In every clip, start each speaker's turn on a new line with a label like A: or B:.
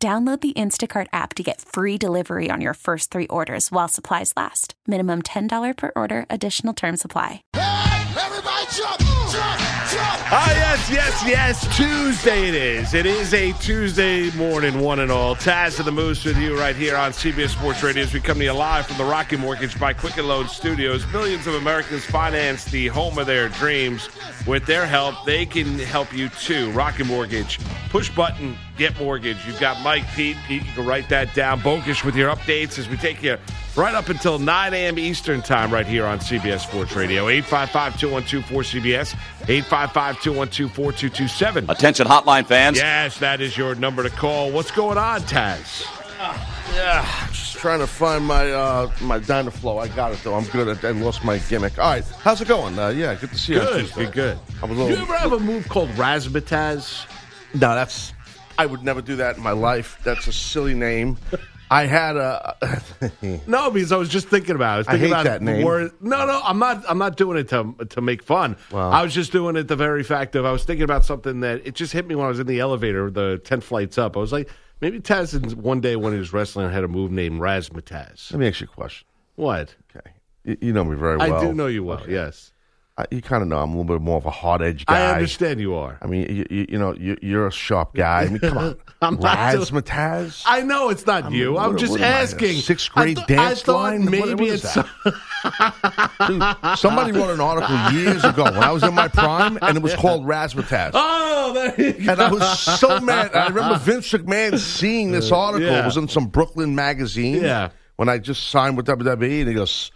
A: Download the Instacart app to get free delivery on your first three orders while supplies last. Minimum $10 per order, additional term supply.
B: Everybody jump, jump, jump.
C: Ah, yes, yes, yes. Tuesday it is. It is a Tuesday morning, one and all. Taz and the Moose with you right here on CBS Sports Radio as we come to you live from the Rocky Mortgage by Quicken Loan Studios. Millions of Americans finance the home of their dreams. With their help, they can help you too. Rocky Mortgage. Push button, get mortgage. You've got Mike, Pete. Pete, you can write that down. Bogus with your updates as we take you right up until 9 a.m. Eastern Time right here on CBS Sports Radio. 855 212 4CBS, 855 212 4227.
D: Attention hotline fans.
C: Yes, that is your number to call. What's going on, Taz?
B: Just trying to find my uh, my Dynaflow. I got it though. I'm good. at I lost my gimmick. All right, how's it going? Uh, yeah, good to see you. on Tuesday.
C: good, good.
B: I was a
C: You
B: little.
C: ever have a move called Razzmatazz?
B: No, that's. I would never do that in my life. That's a silly name. I had a.
C: No, because I was just thinking about. It. I was
B: I
C: thinking
B: hate
C: about
B: that name.
C: word- no, no, I'm not. I'm not doing it to to make fun.
B: Wow.
C: I was just doing it the very fact of I was thinking about something that it just hit me when I was in the elevator, the ten flights up. I was like, maybe Taz in- one day when he was wrestling had a move named Razmataz.
B: Let me ask you a question.
C: What?
B: Okay, you, you know me very well.
C: I do know you well. Yes,
B: I, you kind of know I'm a little bit more of a hard edge guy.
C: I understand you are.
B: I mean, you, you, you know, you, you're a sharp guy. I mean, come on,
C: I'm not doing-
B: Razzmatazz?
C: I know it's not you.
B: what-
C: I'm just
B: what am I, a
C: asking.
B: sixth
C: I
B: grade
C: thought-
B: dance
C: I thought
B: line? What-
C: Maybe
B: what is
C: it's
B: that? Dude, somebody wrote an article years ago when I was in my prime, and it was called Razzmatazz.
C: oh, there you
B: And I was so mad. I remember Vince McMahon seeing this article.
C: Uh, yeah.
B: It was in some Brooklyn magazine.
C: Yeah.
B: When I just signed with WWE, and he goes,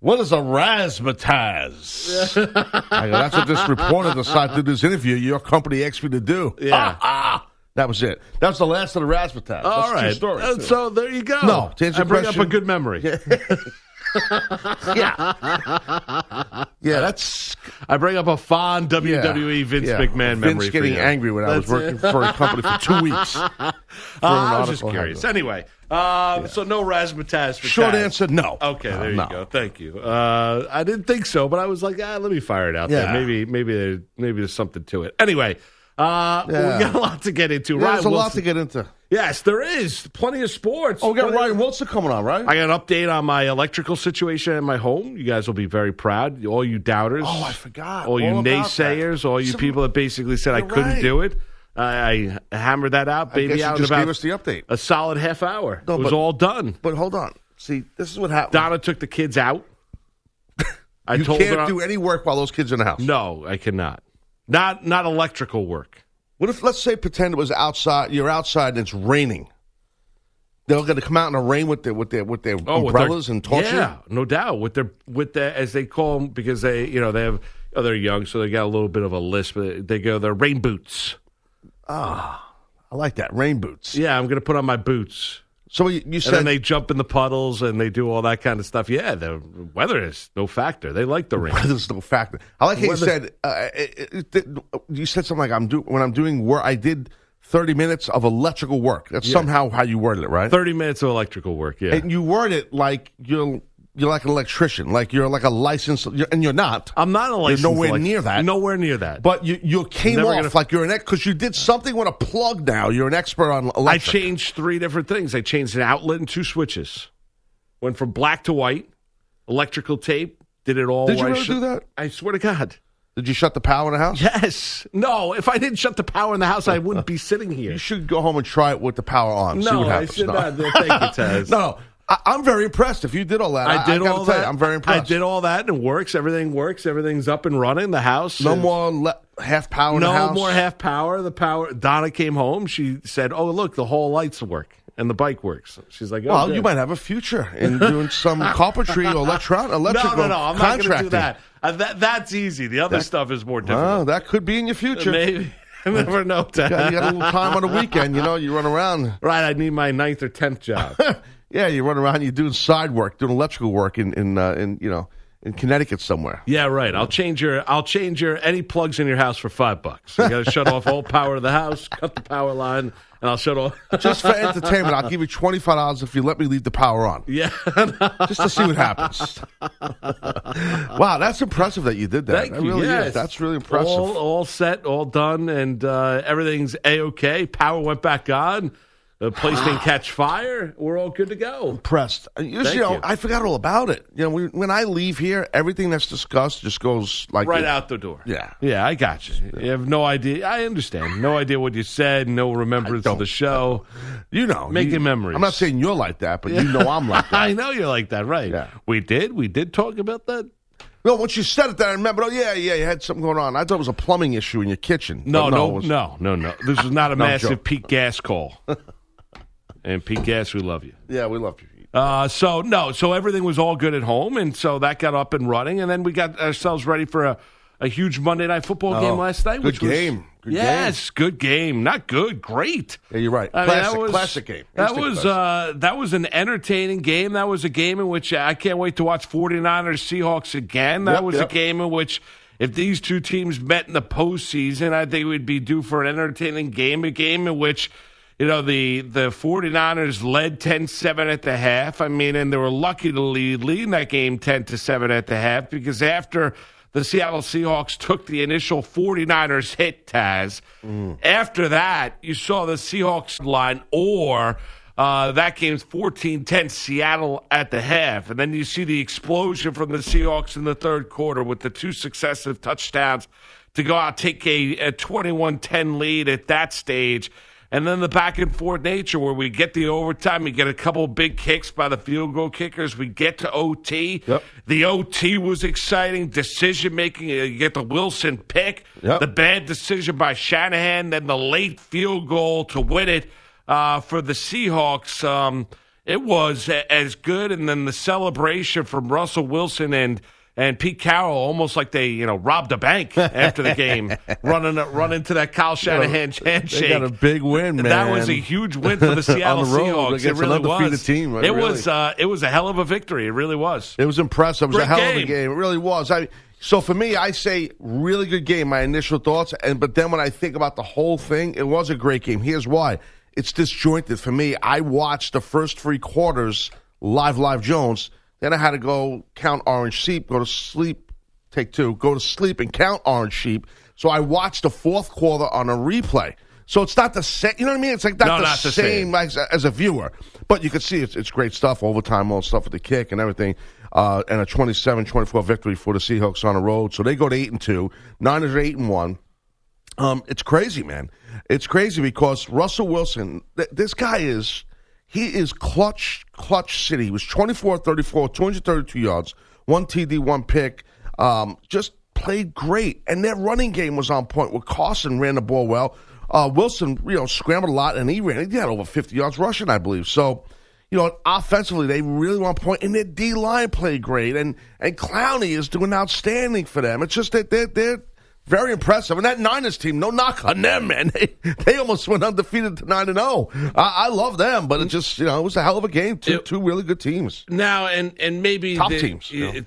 B: "What is a razzmatazz?" I go, "That's what this reporter decided to do this interview. Your company asked me to do."
C: Yeah.
B: Ah, ah. That was it. That was the last of the razzmatazz. That's
C: All
B: a true
C: right.
B: story,
C: Uh,
B: too.
C: so there you go.
B: No, to answer
C: I
B: your
C: bring
B: question-
C: up a good memory.
B: yeah, yeah. That's
C: I bring up a fond WWE
B: yeah.
C: E Vince
B: Yeah.
C: McMahon
B: Vince
C: memory. for
B: getting
C: you.
B: angry when I was working for a company for two weeks. for an
C: Uh, I was
B: article
C: just
B: I
C: curious.
B: wrote.
C: Anyway, um, so no razzmatazz for
B: Short
C: Taz.
B: answer: No.
C: Okay,
B: No,
C: there you
B: no.
C: go. Thank you. Uh, I didn't think so, but I was like, ah, let me fire it out
B: Yeah.
C: there. Maybe, maybe, there, maybe there's something to it. Anyway, uh,
B: Yeah.
C: we got a lot to get into.
B: Yeah,
C: Ryan
B: There's a lot
C: Wilson-
B: to get into.
C: Yes, there is plenty of sports.
B: Oh, we got
C: Plenty-
B: Ryan Wilson coming on, right?
C: I got an update on my electrical situation at my home. You guys will be very proud. All you doubters.
B: Oh, I forgot.
C: All you
B: All about that.
C: naysayers. All you
B: So-
C: people that basically said I
B: You're
C: couldn't
B: right.
C: do it. I, I hammered that out, baby.
B: guess you
C: out in
B: just
C: about
B: gave us the update.
C: A solid half hour.
B: No,
C: it was
B: but-
C: all done.
B: but hold on. See, this is what happened.
C: Donna took the kids out. I
B: you
C: told
B: can't
C: her I-
B: do any work while those kids are in the house.
C: no, I cannot. Not not electrical work.
B: What if, let's say, pretend it was outside. You're outside and it's raining. They're going to come out in the rain with their with their Oh, with their
C: Oh, with their-
B: umbrellas and torches.
C: Yeah, no doubt. With their with their as they call them because they you know they have oh, they're young so they got a little bit of a lisp. They go their rain boots.
B: I like that rain boots.
C: Yeah, I'm gonna put on my boots.
B: So you, you
C: And then
B: said
C: they jump in the puddles and they do all that kind of stuff. Yeah, the weather is no factor. They like the rain.
B: there's no factor. I like how you
C: Whether-
B: said uh, it, it, it- you said something like I'm do when I'm doing work. I did 30 minutes of electrical work. That's somehow how you worded it, right?
C: Thirty minutes of electrical work. Yeah,
B: and you word it like you're you're like an electrician, like you're like a licensed, you're, and you're not.
C: I'm not a licensed
B: nowhere
C: elect-
B: near that.
C: Nowhere near that.
B: but you you came
C: Never
B: off
C: gonna-
B: like you're an ex because you did something with a plug. Now you're an expert on
C: I
B: electric.
C: changed three different things. I changed an outlet and two switches. Went from black to white. Electrical tape. Did it all.
B: Did you
C: where I
B: really
C: should-
B: do that?
C: I swear to God.
B: Did you shut the power in the house?
C: Yes. No. If I didn't shut the power in the house, I wouldn't be sitting here.
B: You should go home and try it with the power on. see
C: no,
B: what
C: I
B: happens.
C: should
B: no.
C: not. Thank you, Taz.
B: no, no. I, I'm very impressed. If you did all that,
C: I did
B: gotta
C: all
B: tell
C: that.
B: You, I'm very
C: I
B: impressed.
C: did all that, and it works. Everything works. Everything's up and running. The house.
B: No
C: is-
B: more le- half power. in the
C: No
B: house.
C: more half power. The power. Donna came home. She said, "Oh, look, the whole lights work and the bike works." She's like, oh,
B: Well, you
C: good.
B: might have a future in doing some carpentry or electron
C: No,
B: electrical
C: no, no. I'm not going to do
B: contracting.
C: that. Uh, that. That's easy. The other stuff is more difficult.
B: Oh, that could be in your future.
C: Maybe. never know,
B: Yeah,
C: Taz.
B: you got a little time on the weekend, you know. You run around.
C: Right, I need my ninth or tenth job.
B: Yeah, you run around. You're doing side work, doing electrical work in in uh, in you know in Connecticut somewhere.
C: yeah, right. I'll change your I'll change your any plugs in your house for five bucks. You gotta shut off all power to the house, cut the power line, and I'll shut off
B: Just for entertainment, I'll give you twenty five dollars if you let me leave the power on,
C: Yeah.
B: just to see what happens. wow, that's impressive that you did that.
C: Thank
B: that
C: you.
B: really
C: yes.
B: is. That's really impressive.
C: All, all set, all done, and uh, everything's a okay. Power went back on. The place didn't catch fire. We're all good to go.
B: Pressed. Usually,
C: Thank
B: you know,
C: you.
B: I forgot all about it. You know, we, when I leave here, everything that's discussed just goes like
C: Right out the door.
B: Yeah.
C: Yeah, I got you. You have no idea. I understand. No idea what you said. No remembrance of the show.
B: You know,
C: Making
B: you-
C: memories.
B: I'm not saying you're like that, but you know I'm like that.
C: I know you're like that, right?
B: Yeah.
C: We did. We did talk about that.
B: No, once you said it, then I remembered. Oh yeah, yeah, you had something going on. I thought it was a plumbing issue in your kitchen.
C: No,
B: But
C: no,
B: it was-
C: no, no, no. This is not a
B: No, I'm
C: massive
B: joking.
C: Pete Gas call. and Pete Gas, we love you.
B: Yeah, we love you.
C: Uh, so no, so everything was all good at home, and so that got up and running, and then we got ourselves ready for a, a huge Monday night football game last night.
B: Oh, good
C: which was-
B: game. Good
C: yes, good game. Not good, great.
B: Yeah, you're right.
C: I mean,
B: classic,
C: that was-
B: classic game.
C: That
B: Instant
C: was
B: classic.
C: uh, that was an entertaining game. That was a game in which uh, I can't wait to watch 49ers Seahawks again. That
B: Yep,
C: was
B: yep.
C: a game in which if these two teams met in the postseason, I think we'd be due for an entertaining game, a game in which you know the the 49ers led 10-7 at the half. I mean, and they were lucky to lead leading that game 10 to 7 at the half because after the Seattle Seahawks took the initial 49ers hit, Taz.
B: Mm.
C: After that, you saw the Seahawks line or uh, that game's 14 10 Seattle at the half. And then you see the explosion from the Seahawks in the third quarter with the two successive touchdowns to go out, take a 21 10 lead at that stage. And then the back and forth nature where we get the overtime, we get a couple big kicks by the field goal kickers, we get to OT.
B: Yep.
C: The OT was exciting. Decision making, you get the Wilson pick,
B: Yep.
C: the bad decision by Shanahan, then the late field goal to win it uh, for the Seahawks. Um, it was a- as good, and then the celebration from Russell Wilson and. And Pete Carroll, almost like they, you know, robbed a bank after the game, running run into that Kyle Shanahan handshake.
B: they got a big win, man.
C: That was a huge win for the Seattle
B: On the road
C: Seahawks. It
B: against an
C: really
B: undefeated
C: was.
B: team,
C: it
B: right, really.
C: was. Uh, it was a hell of a victory. It really was.
B: It was impressive. It was a
C: Great
B: hell of a
C: game.
B: game. It really was. I so for me, I say really good game. My initial thoughts, and but then when I think about the whole thing, it was a great game. Here's why: it's disjointed for me. I watched the first three quarters live, live Jones. Then I had to go count orange sheep, go to sleep, take two, go to sleep, and count orange sheep. So I watched the fourth quarter on a replay. So it's not the same. You know what I mean? It's like not,
C: No,
B: the,
C: not the
B: same,
C: same.
B: as, as a viewer. But you could see it's, it's great stuff, overtime, all stuff with the kick and everything, uh, and a 27-24 victory for the Seahawks on the road. So they go to eight and two. Niners are eight and one. Um, it's crazy, man. It's crazy because Russell Wilson, th- this guy is he is clutch, clutch city. He was 24 34, 232 yards, one TD, one pick. Um, just played great. And their running game was on point where Carson ran the ball well. Uh, Wilson, you know, scrambled a lot and he ran. He had over 50 yards rushing, I believe. So, you know, offensively, they really want point, and their D line played great, and and Clowney is doing outstanding for them. It's just that they're they're very impressive, and that Niners team, no knock on them, man. They, they almost went undefeated to nine and zero. I, I love them, but it just you know it was a hell of a game. Two two really good teams.
C: Now and and maybe
B: Top
C: the-
B: teams, you know.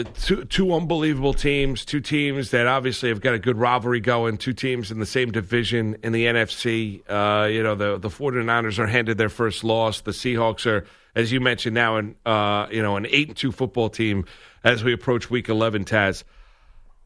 C: uh, two two unbelievable teams, two teams that obviously have got a good rivalry going, two teams in the same division in the NFC. Uh, you know, the the 49ers are handed their first loss. The Seahawks are, as you mentioned, now an uh, you know an eight and two football team as we approach Week 11. Taz,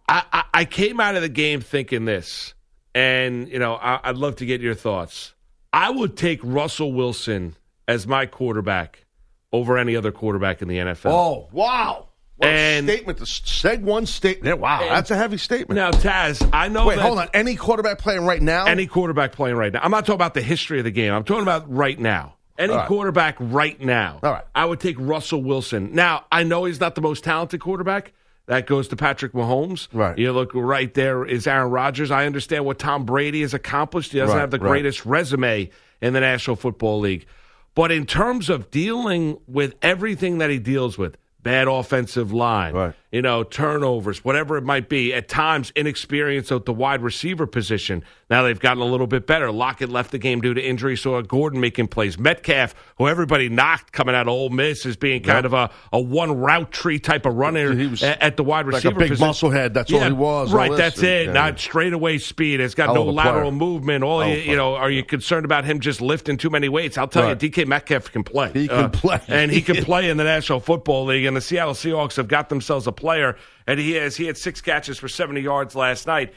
C: I, I, I came out of the game thinking this, and you know, I, I'd love to get your thoughts. I would take Russell Wilson as my quarterback over any other quarterback in the NFL.
B: Oh wow! What
C: And-
B: a statement to s- seg one statement. Wow, that's a heavy statement.
C: Now, Taz, I know
B: Oh. Wait,
C: that
B: hold on. Any quarterback playing right now?
C: any quarterback playing right now. I'm not talking about the history of the game. I'm talking about right now. Any
B: All right.
C: quarterback right now.
B: All right.
C: I would take Russell Wilson. Now, I know he's not the most talented quarterback. That goes to Patrick Mahomes.
B: Right.
C: You look right there is Aaron Rodgers. I understand what Tom Brady has accomplished. He doesn't
B: Right,
C: have the
B: right.
C: greatest resume in the National Football League. But in terms of dealing with everything that he deals with, bad offensive line,
B: Right.
C: you know, turnovers, whatever it might be. At times, inexperience at the wide receiver position. Now they've gotten a little bit better. Lockett left the game due to injury, so Gordon making plays. Metcalf, who everybody knocked coming out of Ole Miss, is being kind of a, a one route tree type of runner
B: He was
C: a- at the wide
B: like a
C: receiver
B: big
C: position.
B: muscle head, that's all he was, all
C: Right,
B: this,
C: that's
B: and-
C: it.
B: yeah.
C: Not straightaway speed. It's got
B: Hell
C: no
B: of a
C: lateral
B: player.
C: movement. All
B: Hell
C: you,
B: of a
C: you know, are you concerned about him just lifting too many weights? I'll tell
B: Right.
C: you, DK Metcalf can play. Uh,
B: He can play.
C: and he can play in the National Football League. And the Seattle Seahawks have got themselves a player, and he has he had six catches for seventy yards last night.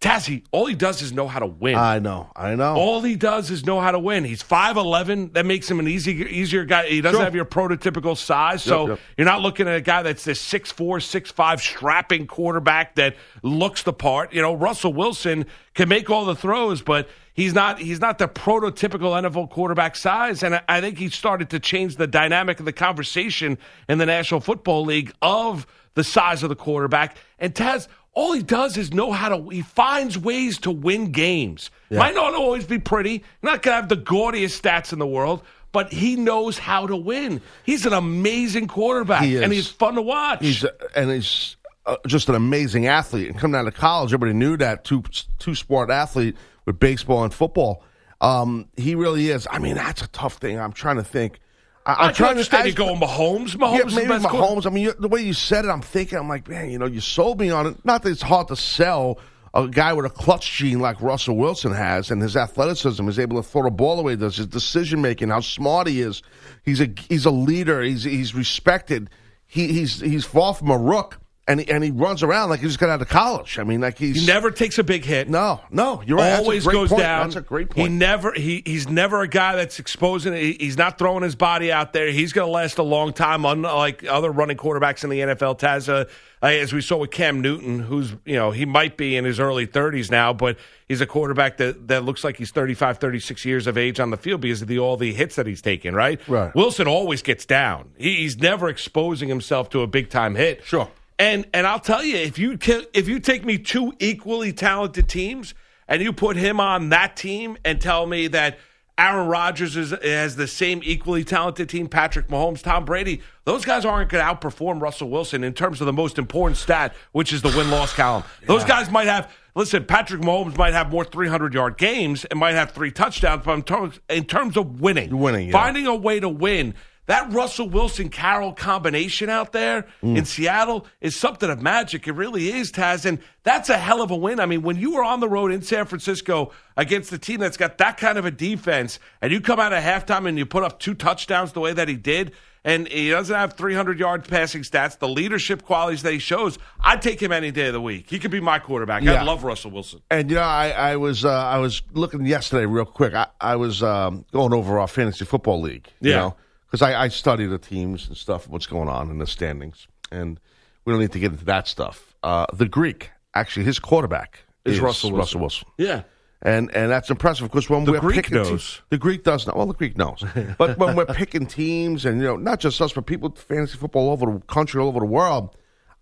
C: Tazzy, all he does is know how to win.
B: I know. I know.
C: all he does is know how to win. He's five eleven. That makes him an easy, easier guy. He doesn't
B: Sure.
C: have your prototypical size, so
B: yep.
C: you're not looking at a guy that's this six four, six five strapping quarterback that looks the part. You know, Russell Wilson can make all the throws, but he's not he's not the prototypical NFL quarterback size. And I, I think he started to change the dynamic of the conversation in the National Football League of the size of the quarterback. And Taz, all he does is know how to. He finds ways to win games. Might not always be pretty. Not gonna have the gaudiest stats in the world. But he knows how to win. He's an amazing quarterback,
B: He is.
C: and he's fun to watch.
B: He's and he's uh, just an amazing athlete. And coming out of college, everybody knew that two two sport athlete with baseball and football. Um, he really is. I mean, that's a tough thing. I'm trying to think. I,
C: I
B: I'm
C: can
B: trying to
C: understand
B: I-
C: you going Mahomes. Mahomes
B: Yeah,
C: is the
B: maybe
C: best quarterback.
B: Mahomes. I mean, you, the way you said it, I'm thinking. I'm like, man, you know, you sold me on it. Not that it's hard to sell a guy with a clutch gene like Russell Wilson has, and his athleticism is able to throw the ball away. Does his decision making? How smart he is. He's a he's a leader. He's he's respected. He, he's he's far from a rook, and he, and he runs around like he just got out of college. I mean, like he's
C: He never takes a big hit.
B: no no. You're right. That's a
C: always
B: great
C: goes
B: point.
C: down.
B: That's a great
C: He
B: point.
C: never he he's never a guy that's exposing. He, he's not throwing his body out there. He's going to last a long time, unlike other running quarterbacks in the NFL. Taz, uh, uh, as we saw with Cam Newton, who's you know he might be in his early 30s now, but he's a quarterback that that looks like he's 35, 36 years of age on the field because of the all the hits that he's taken. Right.
B: Right.
C: Wilson always gets down. He, he's never exposing himself to a big time hit.
B: Sure.
C: And and I'll tell you, if you ki- if you take me two equally talented teams and you put him on that team and tell me that Aaron Rodgers is, has the same equally talented team, Patrick Mahomes, Tom Brady, those guys aren't going to outperform Russell Wilson in terms of the most important stat, which is the win loss column. Those guys might have. Listen, Patrick Mahomes might have more 300 yard games and might have three touchdowns, but in terms, in terms of winning,
B: Winning, yeah.
C: finding finding a way to win. That Russell Wilson Carroll combination out there in Seattle is something of magic. It really is, Taz. And that's a hell of a win. I mean, when you are on the road in San Francisco against a team that's got that kind of a defense, and you come out at halftime and you put up two touchdowns the way that he did, and he doesn't have 300 yard passing stats, the leadership qualities that he shows, I'd take him any day of the week. He could be my quarterback. I
B: Yeah.
C: love Russell Wilson.
B: And you know, I, I was uh, I was looking yesterday real quick. I, I was um, going over our fantasy football league. You
C: Yeah.
B: because I, I study the teams and stuff, what's going on in the standings, and we don't need to get into that stuff. Uh, the Greek, actually, his quarterback
C: Is Russell Wilson.
B: Russell Wilson
C: Yeah.
B: and and that's impressive because when we're
C: Greek
B: picking te-
C: knows.
B: the Greek does not. Well, the Greek knows, but when we're picking teams, and you know, not just us, but people fantasy football all over the country, all over the world,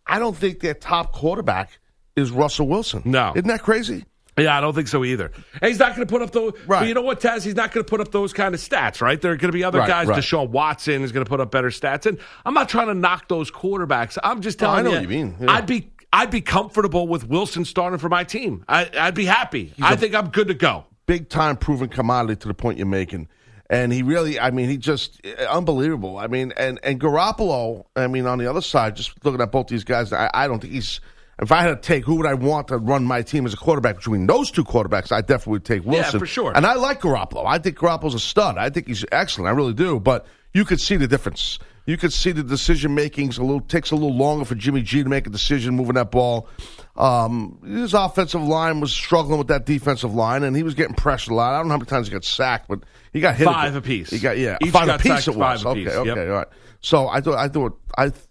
B: I don't think their top quarterback is Russell Wilson.
C: No.
B: isn't that crazy?
C: Yeah, I don't think so either. And he's not going to put up those.
B: Right.
C: But you know what, Taz? He's not going to put up those kind of stats, right? There are going to be other
B: Right,
C: guys.
B: right.
C: Deshaun Watson is going to put up better stats. And I'm not trying to knock those quarterbacks. I'm just
B: No, Oh, I
C: telling
B: know
C: you.
B: what you mean. Yeah.
C: I'd be I'd be comfortable with Wilson starting for my team. I, I'd be happy. I think I'm good to go.
B: big time proven commodity to the point you're making. And he really, I mean, he just eh, unbelievable. I mean, and and Garoppolo, I mean, on the other side, just looking at both these guys, I, I don't think he's. If I had to take who would I want to run my team as a quarterback between those two quarterbacks, I definitely would take Wilson
C: for sure.
B: And I like Garoppolo. I think Garoppolo's a stud. I think he's excellent. I really do. But you could see the difference. You could see the decision makings a little takes a little longer for Jimmy G to make a decision moving that ball. Um, his offensive line was struggling with that defensive line, and he was getting pressured a lot. I don't know how many times he got sacked, but he got hit
C: Five
B: a-
C: apiece.
B: He got yeah,
C: Each
B: five
C: got
B: apiece.
C: sacked
B: It was
C: five apiece,
B: okay,
C: yep.
B: okay, all right. So I thought I thought I th-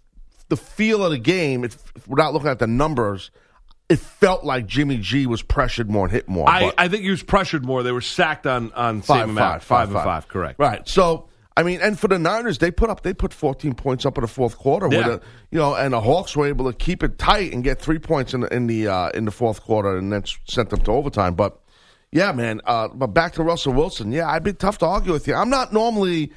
B: the feel of the game. If, if we're not looking at the numbers, it felt like Jimmy G was pressured more and hit more.
C: I,
B: but-
C: I think he was pressured more. They were sacked on on same amount. and five. Correct.
B: Right. So I mean, and for the Niners, they put up they put fourteen points up in the fourth quarter.
C: Yeah.
B: With a, you know, and the Hawks were able to keep it tight and get three points in the in the uh, in the fourth quarter, and then sent them to overtime. But yeah, man. Uh, but back to Russell Wilson. Yeah, I'd be tough to argue with you. I'm not normally,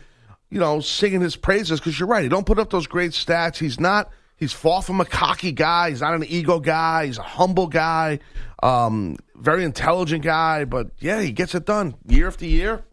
B: you know, singing his praises because you're right. He don't put up those great stats. He's not. He's far from a cocky guy. He's not an ego guy. He's a humble guy, um, very intelligent guy. But yeah, he gets it done year after year.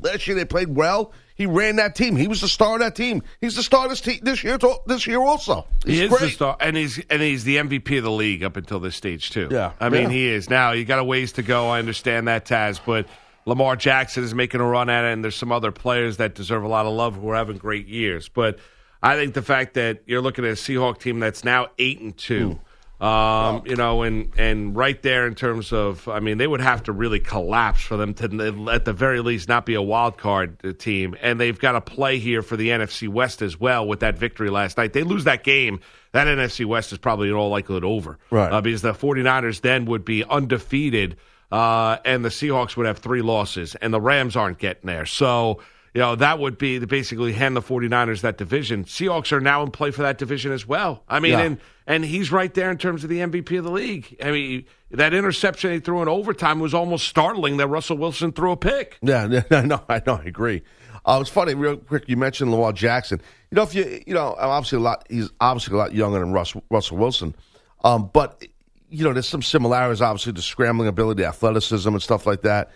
B: Last year they played well. He ran that team. He was the star of that team. He's the star of this, te- this year. to- This year also.
C: He
B: He's
C: is the
B: great.
C: star, and he's and he's the MVP of the league up until this stage too.
B: Yeah.
C: I mean
B: Yeah.
C: he is. Now you got a ways to go. I understand that, Taz, but Lamar Jackson is making a run at it, and there's some other players that deserve a lot of love who are having great years. But I think the fact that you're looking at a Seahawk team that's now eight and two, um, you know, and and right there in terms of, I mean, they would have to really collapse for them to at the very least not be a wild card uh, team, and they've got to play here for the NFC West as well with that victory last night. They lose that game. That NFC West is probably in all likelihood over.
B: Right.
C: Uh, because the 49ers then would be undefeated uh, and the Seahawks would have three losses and the Rams aren't getting there. So, you know, that would be to basically hand the 49ers that division. Seahawks are now in play for that division as well. I mean,
B: Yeah.
C: and, and he's right there in terms of the MVP of the league. I mean, that interception he threw in overtime was almost startling that Russell Wilson threw a pick.
B: Yeah, yeah, I know, I know, I agree. Uh, it's funny, real quick. You mentioned Lamar Jackson. You know, if you, you know, obviously a lot. He's obviously a lot younger than Russ, Russell Wilson, um, but you know, there's some similarities. Obviously, the scrambling ability, athleticism, and stuff like that.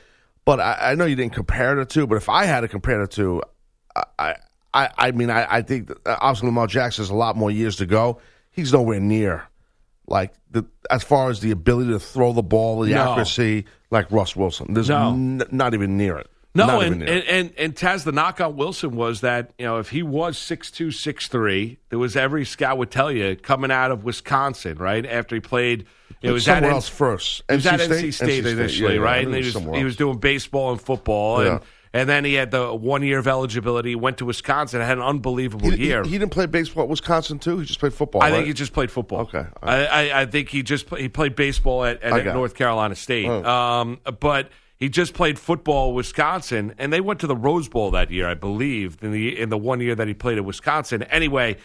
B: But I, I know you didn't compare the two. But if I had to compare the two, I, I, I I mean, I, I think that, uh, obviously Lamar Jackson has a lot more years to go. He's nowhere near like the as far as the ability to throw the ball, the
C: No.
B: accuracy, like Russ Wilson. There's
C: No.
B: n- not even near it.
C: No,
B: Not
C: and,
B: even
C: and,
B: near it.
C: and and Taz, the knock on Wilson was that you know if he was six two six three, there was every scout would tell you coming out of Wisconsin, right after he played. It
B: But
C: was at
B: somewhere
C: N-
B: else first.
C: He was at NC
B: NC
C: State,
B: State? NC State,
C: initially,
B: yeah, yeah,
C: right?
B: I
C: and
B: think
C: he
B: it was
C: was
B: somewhere
C: he was
B: else.
C: doing baseball and football, and
B: Yeah.
C: and then he had the one year of eligibility. Went to Wisconsin, had an unbelievable
B: He-
C: year.
B: He, he didn't play baseball at Wisconsin too. He just played football.
C: I think
B: right?
C: he just played football.
B: Okay.
C: I, I, I think he just play, he played baseball at, at,
B: I got it. Oh.
C: North Carolina State. Um, but he just played football at Wisconsin, and they went to the Rose Bowl that year, I believe, in the in the one year that he played at Wisconsin. Anyway,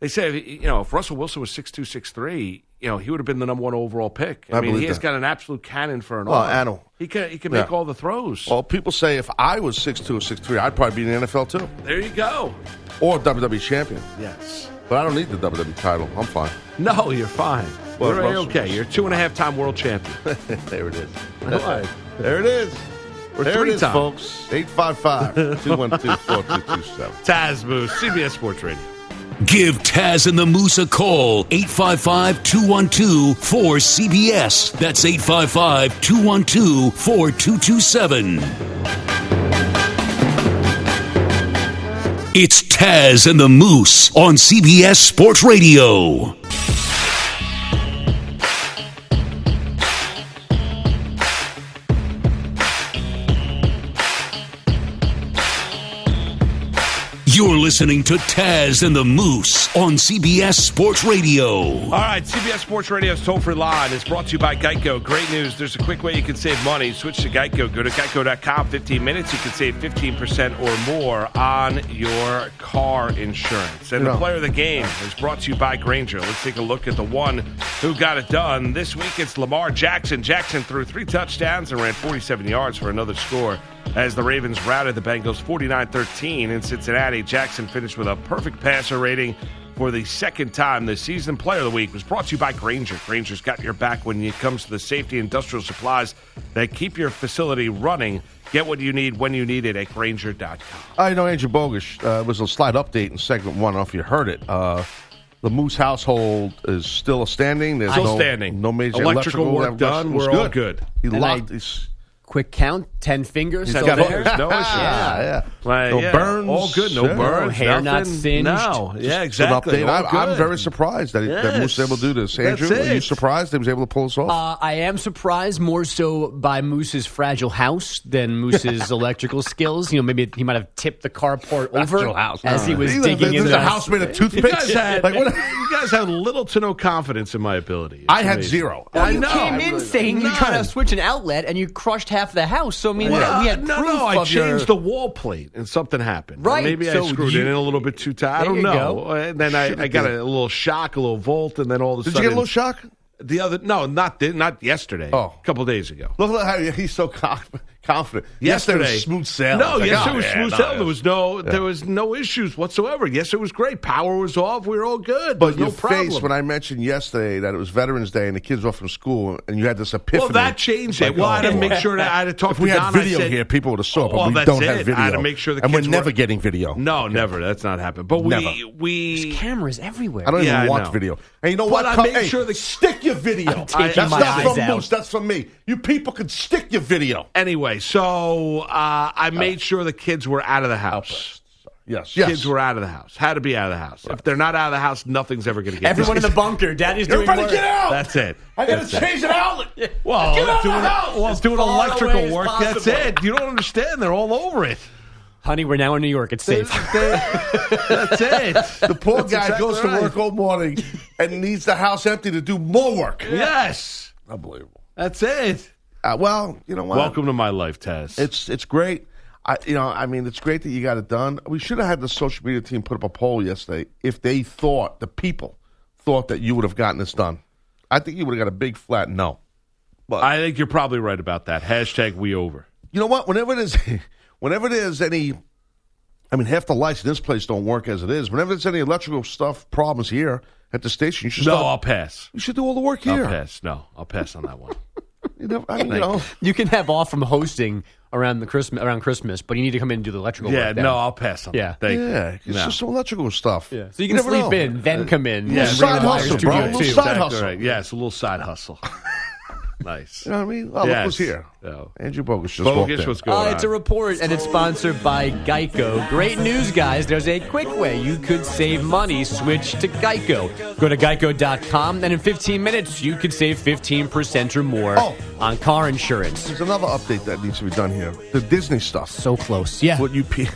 C: they said you know if Russell Wilson was six two six three, you know he would have been the number one overall pick. I,
B: I
C: mean,
B: believe
C: he has
B: that.
C: got an absolute cannon for an
B: Well,
C: arm.
B: animal.
C: He can he can make
B: Yeah.
C: all the throws.
B: Well, people say if I was six two or six three, I'd probably be in the NFL too,
C: there you go.
B: or WWE champion.
C: Yes.
B: But I don't need the WWE title. I'm fine.
C: No, you're fine.
B: Well,
C: you're
B: Russell
C: okay. You're two and a half time world champion.
B: there it is.
C: right.
B: There it is.
C: Or
B: there
C: three
B: it is,
C: times.
B: folks. 855-212-4227.
C: Taz Moose, CBS Sports Radio.
D: Give Taz and the Moose a call, 855 212 4CBS. That's 855 212 4227. It's Taz and the Moose on CBS Sports Radio. You're listening to Taz and the Moose on CBS Sports Radio.
C: All right, CBS Sports Radio's toll free line is brought to you by Geico. Great news. There's a quick way you can save money. Switch to Geico. Go to geico.com. 15 minutes. You can save 15% or more on your car insurance. And the
B: Yeah.
C: player of the game is brought to you by Granger. Let's take a look at the one who got it done. This week it's Lamar Jackson. Jackson threw three touchdowns and ran 47 yards for another score. As the Ravens routed the Bengals 49 13 in Cincinnati, Jackson finished with a perfect passer rating for the second time this season. Player of the Week was brought to you by Granger. Granger's got your back when it comes to the safety industrial supplies that keep your facility running. Get what you need when you need it at Granger.com.
B: I Oh, know Andrew Bogus uh, was a slight update in segment one. I don't know if you heard it. Uh, the Moose household is still standing. There's
C: Still
B: no,
C: standing.
B: No major
C: Electrical
B: electrical,
C: work done.
B: It was
C: We're all good.
B: He
E: And
B: locked.
E: I-
B: he's,
E: Quick count, ten fingers.
B: he's
E: still
B: got
E: there. Uh,
B: fingers. No
C: Yeah.
B: issues. Yeah,
C: Like,
B: no
C: yeah,
B: burns.
C: All good. No
B: yeah.
C: burns.
E: hair not
C: nothing.
E: singed.
C: No. Yeah,
B: It's an
C: exactly.
B: update.
C: All
B: I'm, I'm
C: good.
B: very surprised that, he, that Moose was
C: Yes.
B: able to do this.
C: That's
B: Andrew, are you
C: it.
B: surprised he was able to pull this off?
E: Uh, I am surprised more so by Moose's fragile house than Moose's electrical skills. You know, maybe he might have tipped the carport over as
C: Uh,
E: he was
B: Uh, He-
E: digging
B: there's
E: in
B: a
E: the
B: house made of
C: You
B: toothpicks.
C: guys, had,
B: like what?
C: you guys had little to no confidence in my ability. It's
B: I had
C: amazing.
B: zero.
E: Well,
C: I
E: you
C: know.
E: came
C: I
E: in
C: really-
E: saying you're trying
C: None.
E: to switch an outlet and you crushed half the house. So I mean,
C: Well,
E: we had
C: no,
E: proof
C: no, I
E: of your-
C: changed the wall plate and something happened.
E: Right,
C: Maybe
E: so
C: I screwed
E: you-
C: it in a little bit too tight. I
E: There
C: don't
E: you
C: know.
E: go.
C: And then I, I got a little shock, a little volt, and then all of a
B: Did you
C: sudden.
B: get a little shock?
C: The other, no, not thi- not yesterday.
B: Oh.
C: A couple days ago.
B: Look at how he- he's so cock, confident.
C: yesterday.
B: Yesterday was smooth sail.
C: No,
B: Like,
C: yes,
B: oh,
C: it was
B: yeah,
C: smooth
B: no,
C: sail.
B: yeah.
C: There was no, there was no issues whatsoever. Yes, it was great. Power was off. We were all good.
B: But
C: there
B: your
C: was no problem.
B: face when I mentioned yesterday that it was Veterans Day and the kids were from school, and you had this epiphany.
C: well, that changed it.
B: Like,
C: Well, I had
B: oh,
C: to
B: boy.
C: make sure that I had to talk
B: If
C: to
B: we
C: Don,
B: had video
C: I said,
B: here, people would have saw, but
C: well,
B: we
C: that's
B: don't
C: it.
B: have video.
C: I had to make sure the
B: and we're
C: kids
B: never
C: were-
B: getting video.
C: No,
B: Okay.
C: never. That's not happened. But we
B: Never.
C: we
E: Cameras everywhere.
B: I don't
C: Yeah, I
B: even
C: know.
B: watch video. And you know
C: But
B: what?
C: I
B: Come-
C: make
B: hey,
C: sure the-
B: stick your video.
E: taking
B: that's
E: my
B: not
E: eyes
B: from
E: out.
B: Moose. That's from me. You people can stick your video.
C: anyway. So uh, I made sure the kids were out of the house.
B: Yes, yes.
C: Kids were out of the house. Had to be out of the house. If they're not out of the house, nothing's ever going to get.
E: Everyone in
C: done.
E: the bunker. Daddy's doing
B: Everybody
E: work.
B: get out!
C: That's it.
B: I gotta
C: That's it.
B: change an outlet.
C: Well,
B: Get out of
C: doing,
B: the house!
C: well,
B: As
C: doing
E: far
C: electrical
E: away as
C: work. That's
E: possible.
C: it. You don't understand. They're all over it.
E: Honey, we're now in New York. It's safe.
C: That's it.
B: The poor
C: That's
B: guy
C: exactly
B: goes
C: right.
B: to work all morning and needs the house empty to do more work.
C: Yes,
B: Unbelievable.
C: that's it.
B: Uh, well, you know what?
C: Welcome to my life, Taz.
B: It's it's great. I you know I mean it's great that you got it done. We should have had the social media team put up a poll yesterday if they thought the people thought that you would have gotten this done. I think you would have got a big flat no.
C: I think you're probably right about that. Hashtag we over.
B: you know what? Whenever there's, whenever there's any, I mean, half the lights in this place don't work as it is. Whenever there's any electrical stuff problems here at the station, you should
C: No, I'll
B: stop.
C: pass.
B: You should do all the work
C: I'll
B: here.
C: pass. No, I'll pass on that one.
B: You know, I mean, you know,
E: you can have off from hosting around the Christmas around Christmas, but you need to come in and do the electrical
C: yeah,
E: work. then.
C: no, I'll pass on
E: Yeah.
C: that. Thank
B: yeah, it's
C: you. No.
B: just some electrical stuff.
E: Yeah. So you can
B: never
E: sleep
B: know.
E: in, then come in.
B: Uh, Yeah,
E: and
B: side
E: bring the wires
B: hustle,
E: to
B: bro.
E: you,
B: Little
E: too.
B: side
C: Exactly
B: hustle.
C: right. Yeah, it's a little side hustle. nice.
B: You know what I mean? Oh,
C: Yes.
B: look who's here.
C: Yeah.
B: Andrew Bogus just walked
C: Bogus,
B: in.
C: what's going
E: Uh,
C: on?
E: it's a report, and it's sponsored by Geico. Great news, guys. There's a quick way you could save money. Switch to Geico. Go to geico.com, and in 15 minutes, you could save 15% or more
B: Oh.
E: on car insurance.
B: There's another update that needs to be done here. The Disney stuff.
E: So close. Yeah.
B: What you pe-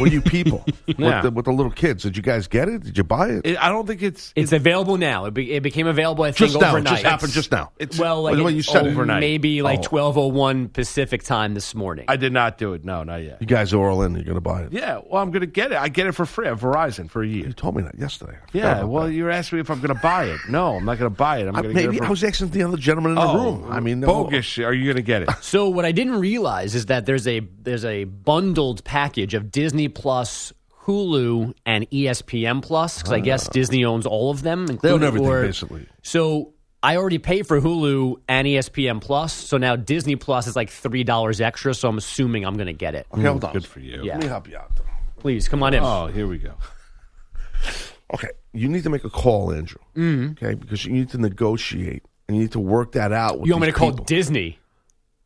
B: what you people
C: Yeah.
B: with, the, with the little kids? Did you guys get it? Did you buy it?
C: It- I don't think it's.
E: It's available now. It, be, it became available, I think,
B: just now. It
E: overnight.
B: just happened just now.
C: It's-
E: well, like
B: Well,
E: it-
B: you said it.
C: Overnight.
E: maybe like
B: Oh.
E: 1201 Pacific time this morning.
C: I did not do it. No, not yet.
B: you guys are all in. You're going to buy it.
C: Yeah, well, I'm going to get it. I get it for free at Verizon for a year.
B: You told me that yesterday. I forgot
C: Yeah,
B: about
C: well,
B: that.
C: you were asking me if I'm going to buy it. No, I'm not going to buy it. I'm
B: I,
C: going to get it
B: maybe
C: for
B: I was asking the other gentleman in the room. I mean, the whole-
C: bogus. Are you going to get it?
E: So what I didn't realize is that there's a there's a bundled package of Disney Plus, Hulu, and E ESPN Plus because I guess Disney owns all of them.
B: Ah. They own
E: including-
B: everything,
E: or-
B: basically.
E: So I already pay for Hulu and E ESPN Plus, so now Disney Plus is like three dollars extra. So I'm assuming I'm going to get it.
B: Okay, hold on.
C: Good for you.
E: Yeah.
B: Let me help you out. Though.
E: Please come on in.
B: Ah,
C: Oh, here we go.
B: Okay, you need to make a call, Andrew.
E: Mm-hmm.
B: Okay, because you need to negotiate and you need to work that out. With
E: you want me to
B: these
E: call
B: people.
E: Disney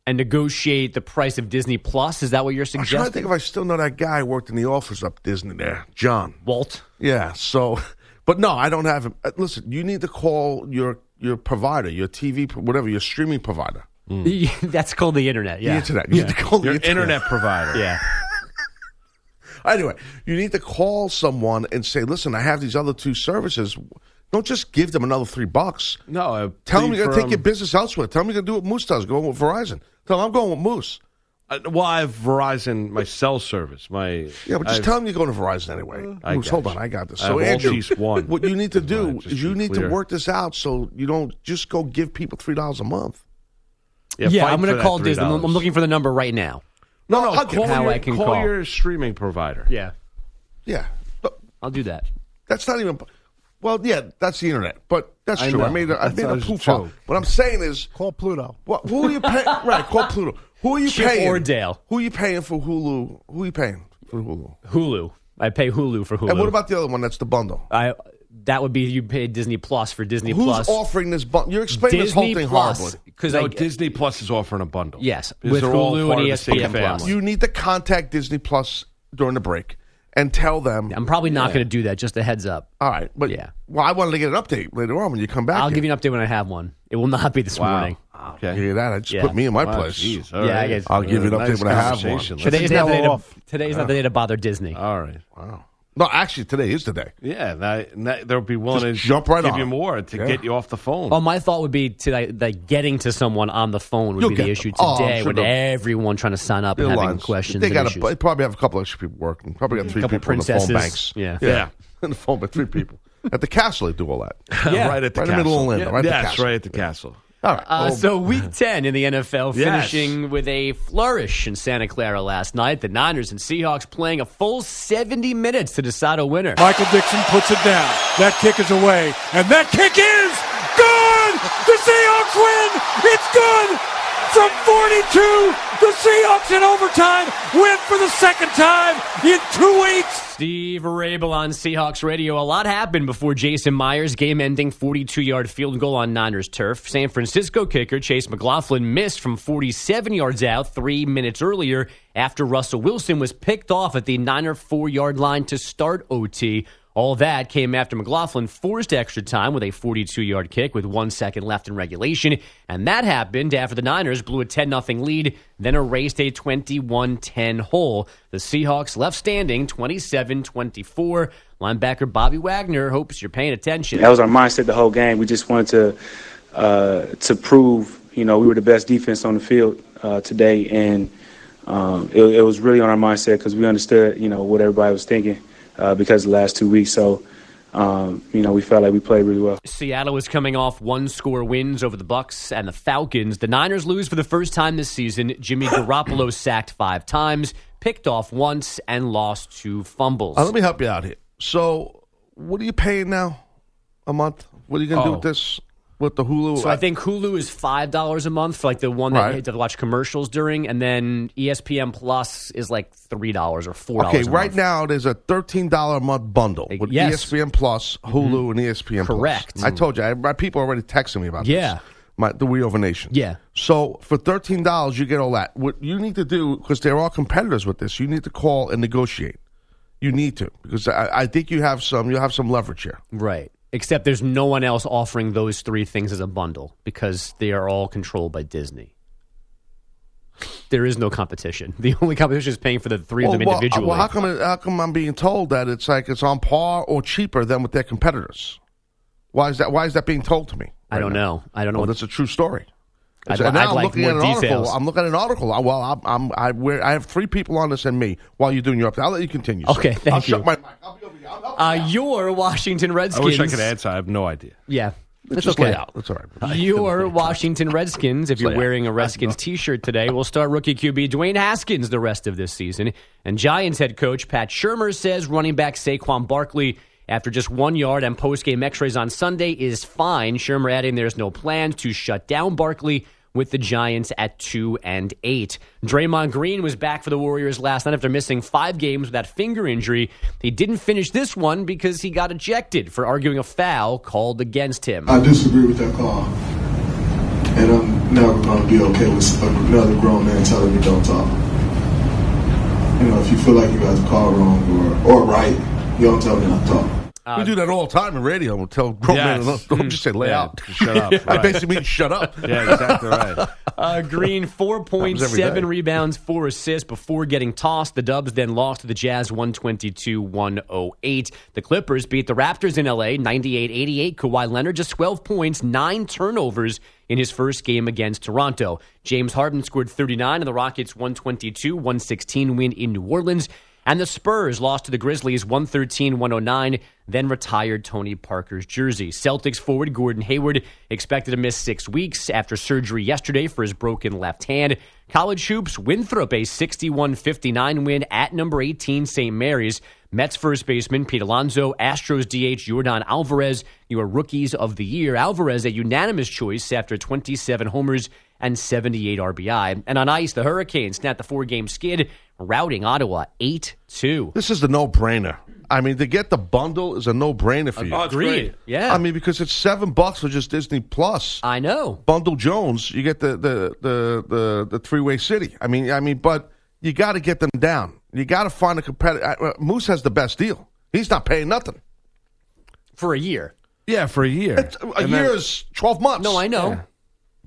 E: and negotiate the price of Disney Plus? Is that what you're
B: I'm trying to
E: suggesting,
B: think if I still know that guy who worked in the office up Disney there, John.
E: Walt?
B: Yeah. So, but no, I don't have him. Uh, Listen, you need to call your your provider, your TV, pro- whatever, your streaming provider,
E: That's called the internet. Yeah.
B: the internet. Hmm. You need to call the
C: Your
B: internet.
C: internet provider.
E: Yeah.
B: Anyway, you need to call someone and say, "Listen, I have these other two services. Don't just give them another three bucks.
C: No, I
B: Tell them
C: plead
B: you're going
C: for,
B: to take your
C: um,
B: business elsewhere. Tell them you're going to do what Moose does. Go with Verizon. Tell them I'm going with Moose.
C: Uh, well, I have Verizon, my cell service, my
B: Yeah, but just
C: I've- Mm.
B: tell them you're going to Verizon anyway.
C: I
B: Moose,
C: got
B: hold
C: you.
B: on, I got this.
C: I
B: So
C: have all
B: Andrew,
C: these one.
B: what you need to
C: Is what I-
B: do
C: just
B: is
C: to
B: you
C: be
B: need
C: clear.
B: to work this out so you don't just go give people three dollars a month.
C: Yeah,
E: Yeah,
C: fight
E: I'm
C: for
E: going to
C: that
E: call Disney. I'm
C: $3.
E: I'm looking for the number right now.
C: No, no,
B: I'll
C: call
B: give you
E: how
C: your,
E: I can
C: call,
E: call.
C: your streaming provider.
E: Yeah,
B: Yeah, but
E: I'll do that.
B: That's not even. Well, yeah, that's the internet, but that's
C: I
B: true. I
C: know.
B: made a, I
C: That's
B: made
C: not
B: a
C: just a
B: poof up.
C: joke.
B: What I'm saying is,
F: Call Pluto.
B: what, who are you paying? right, call Pluto. Who are you
E: Chip
B: paying?
E: Ordale.
B: Who are you paying for Hulu? Who are you paying for Hulu?
E: Hulu. I pay Hulu for Hulu.
B: And what about the other one? That's the bundle.
E: I? That would be you pay Disney Plus for Disney
B: Who's
E: Plus.
B: offering this bundle? You're explaining this whole
E: Disney
B: thing
E: Plus
B: horribly.
E: because
C: No,
E: I
C: Disney Plus is offering a bundle.
E: Yes,
C: Because
E: with
C: they're all
E: Hulu
C: part
E: and E
C: of the same
E: ESPN Plus.
C: family.
B: You need to contact Disney Plus during the break and tell them.
E: I'm probably not going to do that. Just a heads up.
B: all right, but
E: Yeah.
B: Well, I wanted to get an update later on when you come back.
E: I'll
B: here.
E: give you an update when I have one. It will not be this morning.
C: Wow. Okay.
B: Hear that? I just
E: Yeah.
B: put me in my
C: Wow,
B: place.
C: jeez,
E: Yeah,
C: all
E: I
C: right.
E: guess-
B: I'll give you an update
C: Nice
B: when I have one.
C: conversation. Let's-
E: Today's not the day to,
F: off.
E: today's
B: Uh.
E: not the day to bother Disney.
C: All right.
B: No, actually, today is the day.
C: Yeah, that, that, they'll be willing
B: Just
C: to
B: jump right
C: give
B: on
C: you
B: it.
C: more to
B: Yeah.
C: get you off the phone.
F: Um,
E: well, my thought would be to like, like getting to someone on the phone would
B: You'll
E: be the
B: get
E: issue
B: them. Oh, I'm
E: today
B: sure
E: with
B: they'll-
E: everyone trying to sign up and
B: Their
E: having
B: lines.
E: questions.
B: They
E: and
B: got a,
E: issues. Mm-hmm.
B: they probably have a couple extra people working. Probably got three
E: Couple
B: people in the phone banks.
E: princesses. Yeah.
C: Yeah.
B: in the phone, but three people at the castle. They do all that.
E: Yeah.
C: right at the
B: Right
C: castle.
B: in the middle of Orlando, right at the
C: yes,
B: castle.
C: right at the castle.
B: All right.
E: Uh,
B: Well,
E: so week 10 in the NFL
C: Yes.
E: finishing with a flourish in Santa Clara last night. The Niners and Seahawks playing a full 70 minutes to decide a winner.
F: Michael Dixon puts it down. That kick is away, and that kick is good. The Seahawks win. It's good. From 42, the Seahawks in overtime win for the second time in two weeks.
E: Steve Rabel on Seahawks Radio. A lot happened before Jason Myers' game ending 42 yard field goal on Niners turf. San Francisco kicker Chase McLaughlin missed from 47 yards out three minutes earlier after Russell Wilson was picked off at the Niner four yard line to start OT. All that came after McLaughlin forced extra time with a 42 yard kick with one second left in regulation. And that happened after the Niners blew a 10 0 lead, then erased a 21 10 hole. The Seahawks left standing 27 24. Linebacker Bobby Wagner hopes you're paying attention.
G: That was our mindset the whole game. We just wanted to uh, to prove, you know, we were the best defense on the field uh, today, and um, it, it was really on our mindset because we understood, you know, what everybody was thinking uh, because of the last two weeks. So, um, you know, we felt like we played really well.
E: Seattle was coming off one score wins over the Bucks and the Falcons. The Niners lose for the first time this season. Jimmy Garoppolo sacked five times, picked off once, and lost two fumbles.
B: uh, let me help you out here. So, what are you paying now a month? What are you going to do
E: Oh.
B: with this? With the Hulu?
E: So I think Hulu is five dollars a month for like the one that
B: Right.
E: you have to watch commercials during, and then E ESPN Plus is like three dollars or four dollars.
B: Okay, right now there's a thirteen dollar a month bundle with E
E: yes. Mm-hmm.
B: ESPN Plus, Hulu, and E ESPN. Plus.
E: Correct.
B: I told you, I, my people already texting me about
E: Yeah.
B: this. My, the We Over Nation.
E: Yeah.
B: So for thirteen dollars, you get all that. What you need to do because they're all competitors with this. You need to call and negotiate. You need to because I, I think you have some. You have some leverage here.
E: right. Except there's no one else offering those three things as a bundle because they are all controlled by Disney. There is no competition. The only competition is paying for the three of them
B: Oh, well, uh,
E: individually.
B: well, how come? it- How come I'm being told that it's like it's on par or cheaper than with their competitors? Why is that? Why is that being told to me?
E: I
B: right
E: don't
B: now?
E: know. I don't know.
B: Well,
E: what-
B: that's a true story.
E: I'd,
B: So
E: I'd
B: now I'm
E: like
B: looking
E: more
B: at an
E: details.
B: article. I'm looking at an article. I- Well, I'm, I'm I, we're, I have three people on this and me. While you're doing your update, I'll let you continue. sir.
E: Okay, thank
B: I'll
E: you.
B: Shut my mic. I'll be over here. I'll help you
E: uh, your Washington
C: I
E: Redskins.
C: wish I could answer. I have no idea.
E: Yeah, that's
B: Just
E: okay.
B: lay out. That's all right.
E: Your Washington Redskins, if you're wearing a Redskins t shirt today, will start rookie QB Dwayne Haskins the rest of this season. And Giants head coach Pat Shermer says running back Saquon Barkley, after just one yard and post game x rays on Sunday, is fine. Shermer adding there's no plans to shut down Barkley. With the Giants at two and eight, Draymond Green was back for the Warriors last night after missing five games with that finger injury. He didn't finish this one because he got ejected for arguing a foul called against him.
H: I disagree with that call. And I'm never going to be okay with another grown man telling me don't talk. You know, if you feel like you got the call wrong or, or right, you don't tell me not to talk.
E: Uh,
B: we do that all the time in radio. We'll tell grown men,
C: Yes.
B: don't- don't just say lay
C: Yeah,
B: out.
C: shut up,
B: I
C: right.
B: basically mean shut up.
C: Yeah, exactly right.
E: Uh, Green,
B: every day.
E: 4.7 rebounds, 4 assists before getting tossed. The Dubs then lost to the Jazz 122 108. The Clippers beat the Raptors in LA 98 88. Kawhi Leonard just 12 points, 9 turnovers in his first game against Toronto. James Harden scored 39 and the Rockets 122 116 win in New Orleans. And the Spurs lost to the Grizzlies 113 109, then retired Tony Parker's jersey. Celtics forward Gordon Hayward expected to miss six weeks after surgery yesterday for his broken left hand. College Hoops Winthrop, a 61 59 win at number 18 St. Mary's. Mets first baseman Pete Alonso, Astros DH Jordan Alvarez, your rookies of the year. Alvarez, a unanimous choice after 27 homers and 78 RBI. And on ice, the Hurricanes snapped the four game skid, routing Ottawa 8 2.
B: This is the no brainer. I mean, to get the bundle is a no brainer for you.
E: Agreed. Uh, Yeah.
B: I mean, because it's seven bucks for just Disney Plus.
E: I know.
B: Bundle Jones, you get the the the the, the three way city. I mean, I mean, but you got to get them down. You got to find a competitor. Moose has the best deal. He's not paying nothing.
E: For a year.
C: Yeah, for a year.
B: uh, A
C: And
B: year
C: then-
B: is twelve months.
E: No, I know.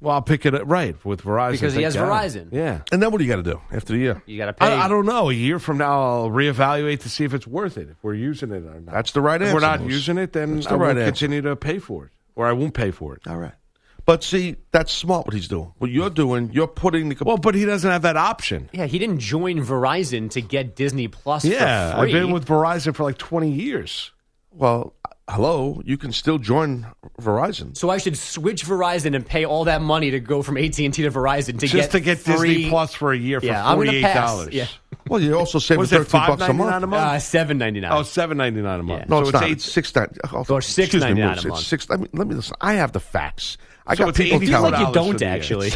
C: Well, I'll pick it up right with Verizon
E: Because he
C: Thank
E: has
C: God.
E: Verizon.
C: Yeah.
B: And then what do you got to do after the year?
E: You got to pay.
C: I, I don't know. A year from now, I'll reevaluate to see if it's worth it. If we're using it or not.
B: That's the right
C: If
B: answer.
C: we're not
B: Moose.
C: using it, then
B: That's the
C: I
B: right
C: will
B: answer.
C: continue to pay for it, or I won't pay for it.
B: All right. But see, that's smart what he's doing. What you're doing, you're putting the.
C: Well, but he doesn't have that option.
E: Yeah, he didn't join Verizon to get Disney Plus.
C: Yeah,
E: for
C: I've
E: free.
C: been with Verizon for like twenty years.
B: well, uh, hello, you can still join Verizon.
E: So I should switch Verizon and pay all that money to go from AT and T to Verizon to
C: Just
E: get
C: to get
E: free,
C: Disney Plus for a year for
E: Yeah, I'm gonna
C: forty eight
E: pass.
C: dollars.
E: Yeah.
B: Well, you also save
C: Was it
B: thirteen
C: five
B: bucks a
C: ninety nine
B: month.
C: a month?
E: Uh, seven ninety nine.
C: oh, seven ninety nine a month.
E: Yeah.
B: No,
C: so
B: it's,
C: it's
B: not.
C: eight
B: It's six ninety. Oh,
E: Or
B: excuse me,
E: $6.99
B: Moose,
E: a month.
B: It's six. I mean, let me listen. I have the facts. I
C: So
B: got
C: it's
B: people
C: $80
E: Feels
B: telling
E: like you
C: dollars for
E: don't
C: the year.
E: actually.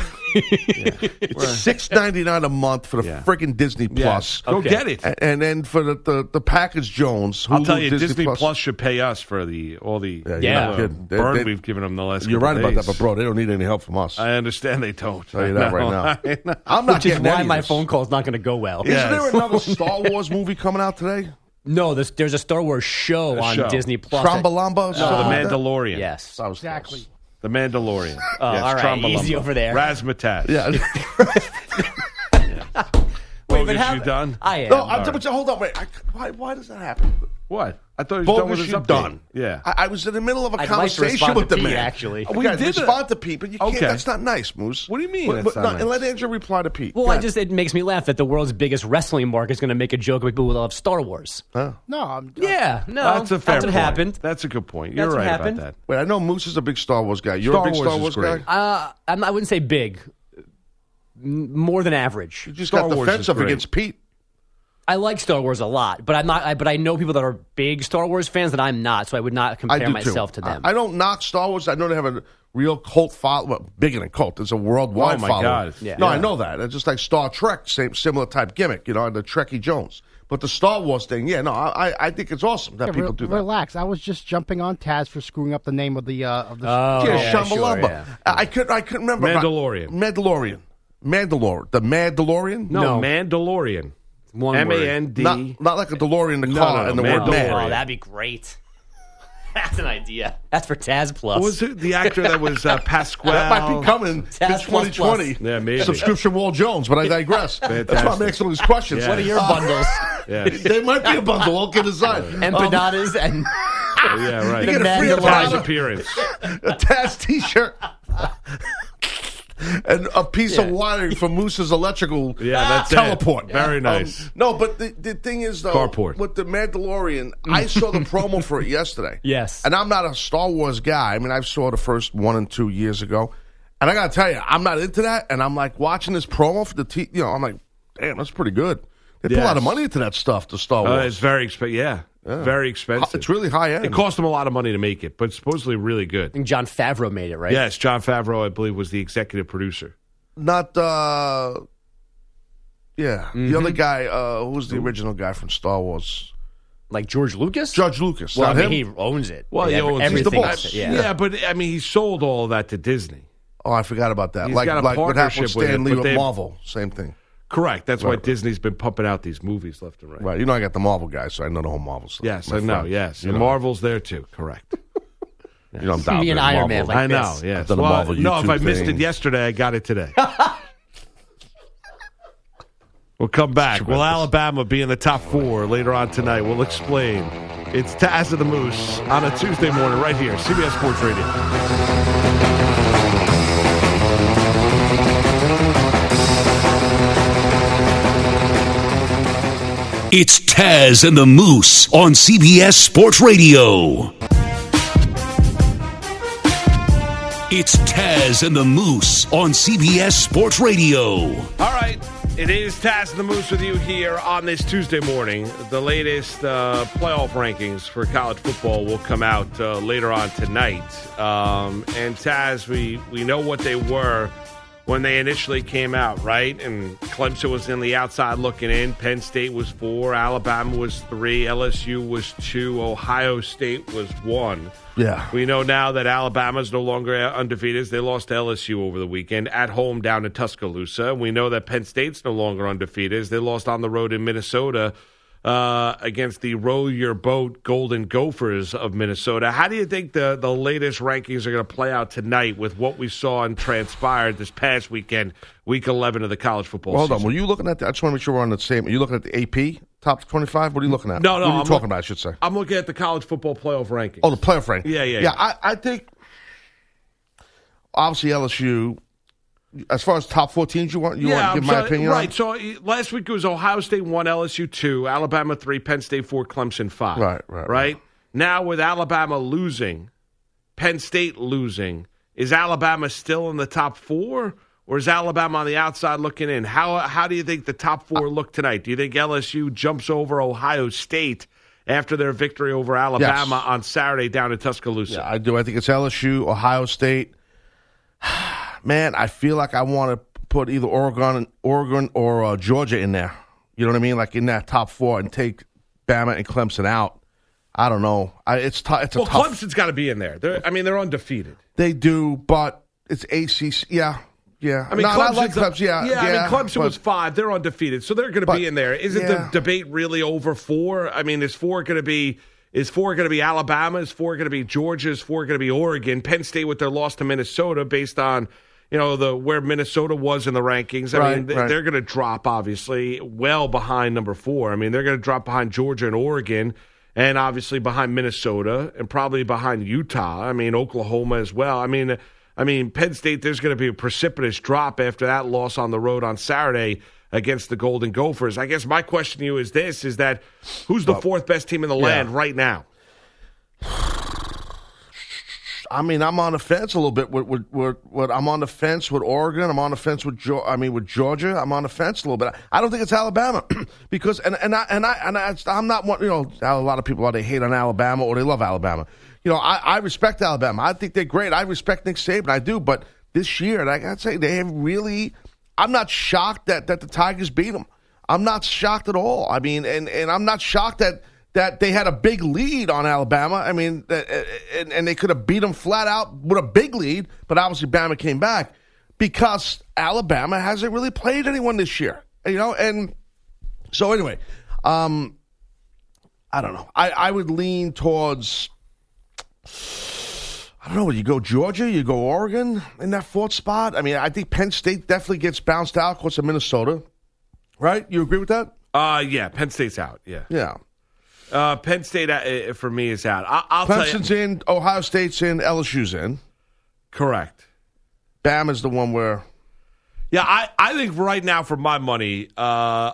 B: it's six ninety nine a month for the
C: Yeah.
B: friggin' Disney
C: Yeah.
B: Plus.
C: Go
E: Okay.
C: get it.
B: A- And then for the, the, the package Jones,
C: I'll
B: Hulu,
C: tell you,
B: Disney,
C: Disney, Plus. should pay us for the all the
B: Yeah, you're
E: Yeah.
B: not
C: uh,
B: kidding. They-
C: burn
B: they-
C: we've given them the last.
B: You're right
C: couple
B: about that,
C: days.
B: but bro, they don't need any help from us.
C: I understand they don't.
B: tell you that
C: I know.
B: right now.
C: I know.
B: I'm not
E: Which is
B: getting any
E: why
B: of
E: my
B: this.
E: phone call is not going to go well.
C: Yeah.
B: Isn't there
C: Yes.
B: another Star Wars movie coming out today?
E: No, there's, there's a Star Wars show on
C: show.
E: Disney Plus.
B: Trombalamba?
C: So the Mandalorian.
E: Yes.
B: That was exactly.
C: The Mandalorian.
E: Oh, all right, easy over there.
C: Razzmatazz.
B: Yeah.
C: Bogus,
E: but how-
C: you done?
E: I am.
B: no, I'm, but hold on, wait. I, why, why does that happen?
C: What? I thought he was done with
B: Bogus,
C: his
B: you
C: update.
B: done.
C: Yeah.
B: I, I was in the middle of a
E: I'd like to
B: conversation
E: respond
B: with
E: to
B: the
E: Pete,
B: man.
E: actually.
B: we
C: We
B: guys,
C: did it.
B: respond to Pete, but you can't.
C: Okay.
B: That's not nice, Moose.
C: What do you mean
B: But,
C: that's
B: but
C: not
B: no,
C: nice?
B: And let Andrew reply to Pete.
E: well,
B: Go
E: I
B: ahead.
E: just it makes me laugh that the world's biggest wrestling market is going to make a joke about people who love Star Wars.
I: No, I'm,
E: Yeah, no,
C: that's a fair
E: that's what
C: point.
E: happened.
C: That's a good point. You're
E: That's what
C: right
E: happened.
C: about
B: wait. I know Moose is a big Star Wars guy. You're
C: Star
B: a big
C: Wars
B: Star
C: is
B: Wars
C: great.
B: guy.
E: Uh, I'm, not- I wouldn't say big, M- more than average.
B: you just
C: Star
B: got
C: Wars is
B: defensive
C: great.
B: against Pete.
E: I like Star Wars a lot, but I'm not. I, but I know people that are big Star Wars fans that I'm not, so I would not
B: I
E: compare
B: do
E: myself
B: too.
E: to them.
B: I, I don't knock Star Wars. I know they have a real cult follow, well, bigger than cult. It's a worldwide
C: Oh, my
B: following.
C: God. Yeah.
B: No,
C: Yeah.
B: I know that. It's just like Star Trek, same similar type gimmick. You know, the Trekkie Jones. But the Star Wars thing, yeah, no, I I- I think it's awesome that
I: Yeah,
B: people
I: re-
B: do that.
I: Relax. I was just jumping on Taz for screwing up the name of the uh, of the.
E: Oh,
B: yeah,
E: yeah,
B: Shambhalamba.
E: sure, yeah.
B: I I couldn't. I couldn't remember.
C: Mandalorian.
B: Mandalorian. Mandalore. The Mandalorian.
C: that. No, Mandalorian.
E: One
C: M
E: word.
C: A N D.
B: Not, not like a DeLorean, the
C: No,
B: car,
C: no,
B: and the
E: Oh,
B: word
C: Mandalorian.
E: oh,
B: man.
E: that'd be great. That's an idea. That's for Taz Plus.
C: Was it the actor that was uh, Pasquale?
B: That might be coming in
E: Taz plus
B: 2020.
C: plus. Yeah, maybe.
B: Subscription Wall Jones, but I digress. That's why I'm
C: Fantastic.
B: asking all these questions.
C: Yeah. What are your
B: Uh,
E: bundles,
C: Yeah,
B: they might be a Um, bundle. I'll get aside.
E: empanadas, and
C: yeah right.
B: You get
E: a free
C: Taz's
B: Mandalorian.
C: appearance.
B: a Taz T-shirt. And a piece of wiring for Moose's electrical
C: Yeah, that's it.
B: teleport.
C: Very nice.
B: Um, no, but the, the thing is, though,
C: Carport.
B: with the Mandalorian, I saw the promo for it yesterday.
E: Yes.
B: And I'm not a Star Wars guy. I mean, I saw the first one and two years ago. And I got to tell you, I'm not into that. And I'm like watching this promo for the T, you know, I'm like, damn, that's pretty good. They put a lot of
C: Yes.
B: money into that stuff, the Star
C: Uh,
B: Wars.
C: it's very expensive. Yeah, very expensive.
B: It's really high end.
C: It cost them a lot of money to make it, but it's supposedly really good.
B: Um,
E: John Favreau made it, right?
C: Yes, John Favreau, I believe, was the executive producer.
B: not uh yeah the
C: Mm-hmm.
B: other guy uh who was the original guy from star wars
E: Like George Lucas.
B: judge lucas
E: well, I
B: not
E: mean,
B: him
E: he owns it.
C: Well,
E: Ev-
C: he owns it.
E: everything.
B: He's the boss.
E: is-
C: Yeah.
E: Yeah.
C: but I mean, he sold all that to Disney.
B: oh i forgot about that
C: He's
B: like
C: got a
B: like what happened with
C: partnership with it,
B: stan lee
C: but
B: with
C: they-
B: marvel same thing
C: Correct. That's why Disney's been pumping out these movies left and right.
B: right you know i got the marvel guy so i know the whole marvel stuff
C: Yes,
B: My
C: I know.
B: friend.
C: Yes,
B: you
C: and
B: know,
C: Marvel's there too. Correct.
B: you know i'm down
E: Me and Iron Man. Like
C: I know.
E: this.
C: Yes.
B: done a Marvel
C: no, if
B: YouTube
C: I missed
B: thing.
C: it yesterday, I got it today. we'll come back. Will Alabama be in the top four later on tonight? We'll explain. It's Taz of the Moose on a Tuesday morning, right here, CBS Sports Radio.
D: It's Taz and the Moose on CBS Sports Radio. It's Taz and the Moose on CBS Sports Radio.
C: All right, it is Taz and the Moose with you here on this Tuesday morning. The latest uh, playoff rankings for college football will come out uh, later on tonight. Um, and Taz, we we know what they were when they initially came out, right? And Clemson was in the outside looking in. Penn State was four, Alabama was three, LSU was two, Ohio State was one.
B: Yeah.
C: We know now that Alabama's no longer undefeated. They lost to LSU over the weekend at home down in Tuscaloosa. We know that Penn State's no longer undefeated. They lost on the road in Minnesota uh, against the Row Your Boat Golden Gophers of Minnesota. How do you think the, the latest rankings are going to play out tonight with what we saw and transpired this past weekend, week 11 of the college football
B: Well, hold on
C: season?
B: were you looking at that i just want to make sure we're on the same are you looking at the ap top 25 what are you looking at
C: No, no.
B: what are you
C: I'm
B: talking
C: look-
B: about i should say
C: I'm looking at the college football playoff rankings.
B: Oh, the playoff rank.
C: Yeah, yeah,
B: yeah.
C: yeah.
B: I, I think obviously LSU. As far as top four teams, you want you want to
C: I'm
B: give my
C: sorry.
B: opinion. on?
C: Right. So uh, last week it was Ohio State one, LSU two, Alabama three, Penn State four, Clemson five.
B: Right, right, right.
C: right. Now, with Alabama losing, Penn State losing, is Alabama still in the top four, or is Alabama on the outside looking in? How how do you think the top four look tonight? Do you think LSU jumps over Ohio State after their victory over Alabama on Saturday down in Tuscaloosa?
B: I do. I think it's LSU, Ohio State. Man, I feel like I want to put either Oregon, Oregon, or uh, Georgia in there. You know what I mean? Like in that top four, and take Bama and Clemson out. I don't know. I, it's tou- it's a
C: Well,
B: tough.
C: Clemson's got to be in there. They're, I mean, they're undefeated.
B: They do, but it's ACC. Yeah, yeah.
C: I mean,
B: no, I like
C: Clemson's up-
B: Clemson. Yeah,
C: yeah, I mean, Clemson
B: but-
C: was five. They're undefeated, so they're going to
B: But-
C: be in there. Isn't
B: yeah.
C: the debate really over four? I mean, is four going to be? Is four going to be Alabama? Is four going to be Georgia? Is four going to be Oregon? Penn State with their loss to Minnesota, based on you know the where Minnesota was in the rankings. I mean,
B: Right,
C: th-
B: right.
C: they're going to drop obviously well behind number four. I mean, they're going to drop behind Georgia and Oregon. And obviously behind Minnesota, and probably behind Utah. I mean Oklahoma as well. I mean, I mean, Penn State, there's going to be a precipitous drop after that loss on the road on Saturday against the Golden Gophers. I guess my question to you is this is that who's the fourth best team in the land right now?
B: I mean, I'm on the fence a little bit with, with, with, with I'm on the fence with Oregon. I'm on the fence with Geo- I mean with Georgia. I'm on the fence a little bit. I don't think it's Alabama because and and I and I and I, I'm not one. You know, a lot of people are they hate on Alabama or they love Alabama. You know, I, I respect Alabama. I think they're great. I respect Nick Saban. I do. But this year, and I gotta say, they have really. I'm not shocked that that the Tigers beat them. I'm not shocked at all. I mean, and and I'm not shocked that that they had a big lead on Alabama. I mean, that, and, and they could have beat them flat out with a big lead, but obviously Bama came back because Alabama hasn't really played anyone this year, you know. And so anyway, um, I don't know. I, I would lean towards. I don't know. You go Georgia, you go Oregon in that fourth spot. I mean, I think Penn State definitely gets bounced out, of course, of Minnesota. Right? You agree with that?
C: Uh, yeah, Penn State's out. Yeah.
B: Yeah.
C: Uh, Penn State uh, uh, for me is out. I- I'll tell you.
B: Clemson's in, Ohio State's in, LSU's in.
C: Correct.
B: Bama's the one where
C: Yeah, I, I think right now for my money, uh,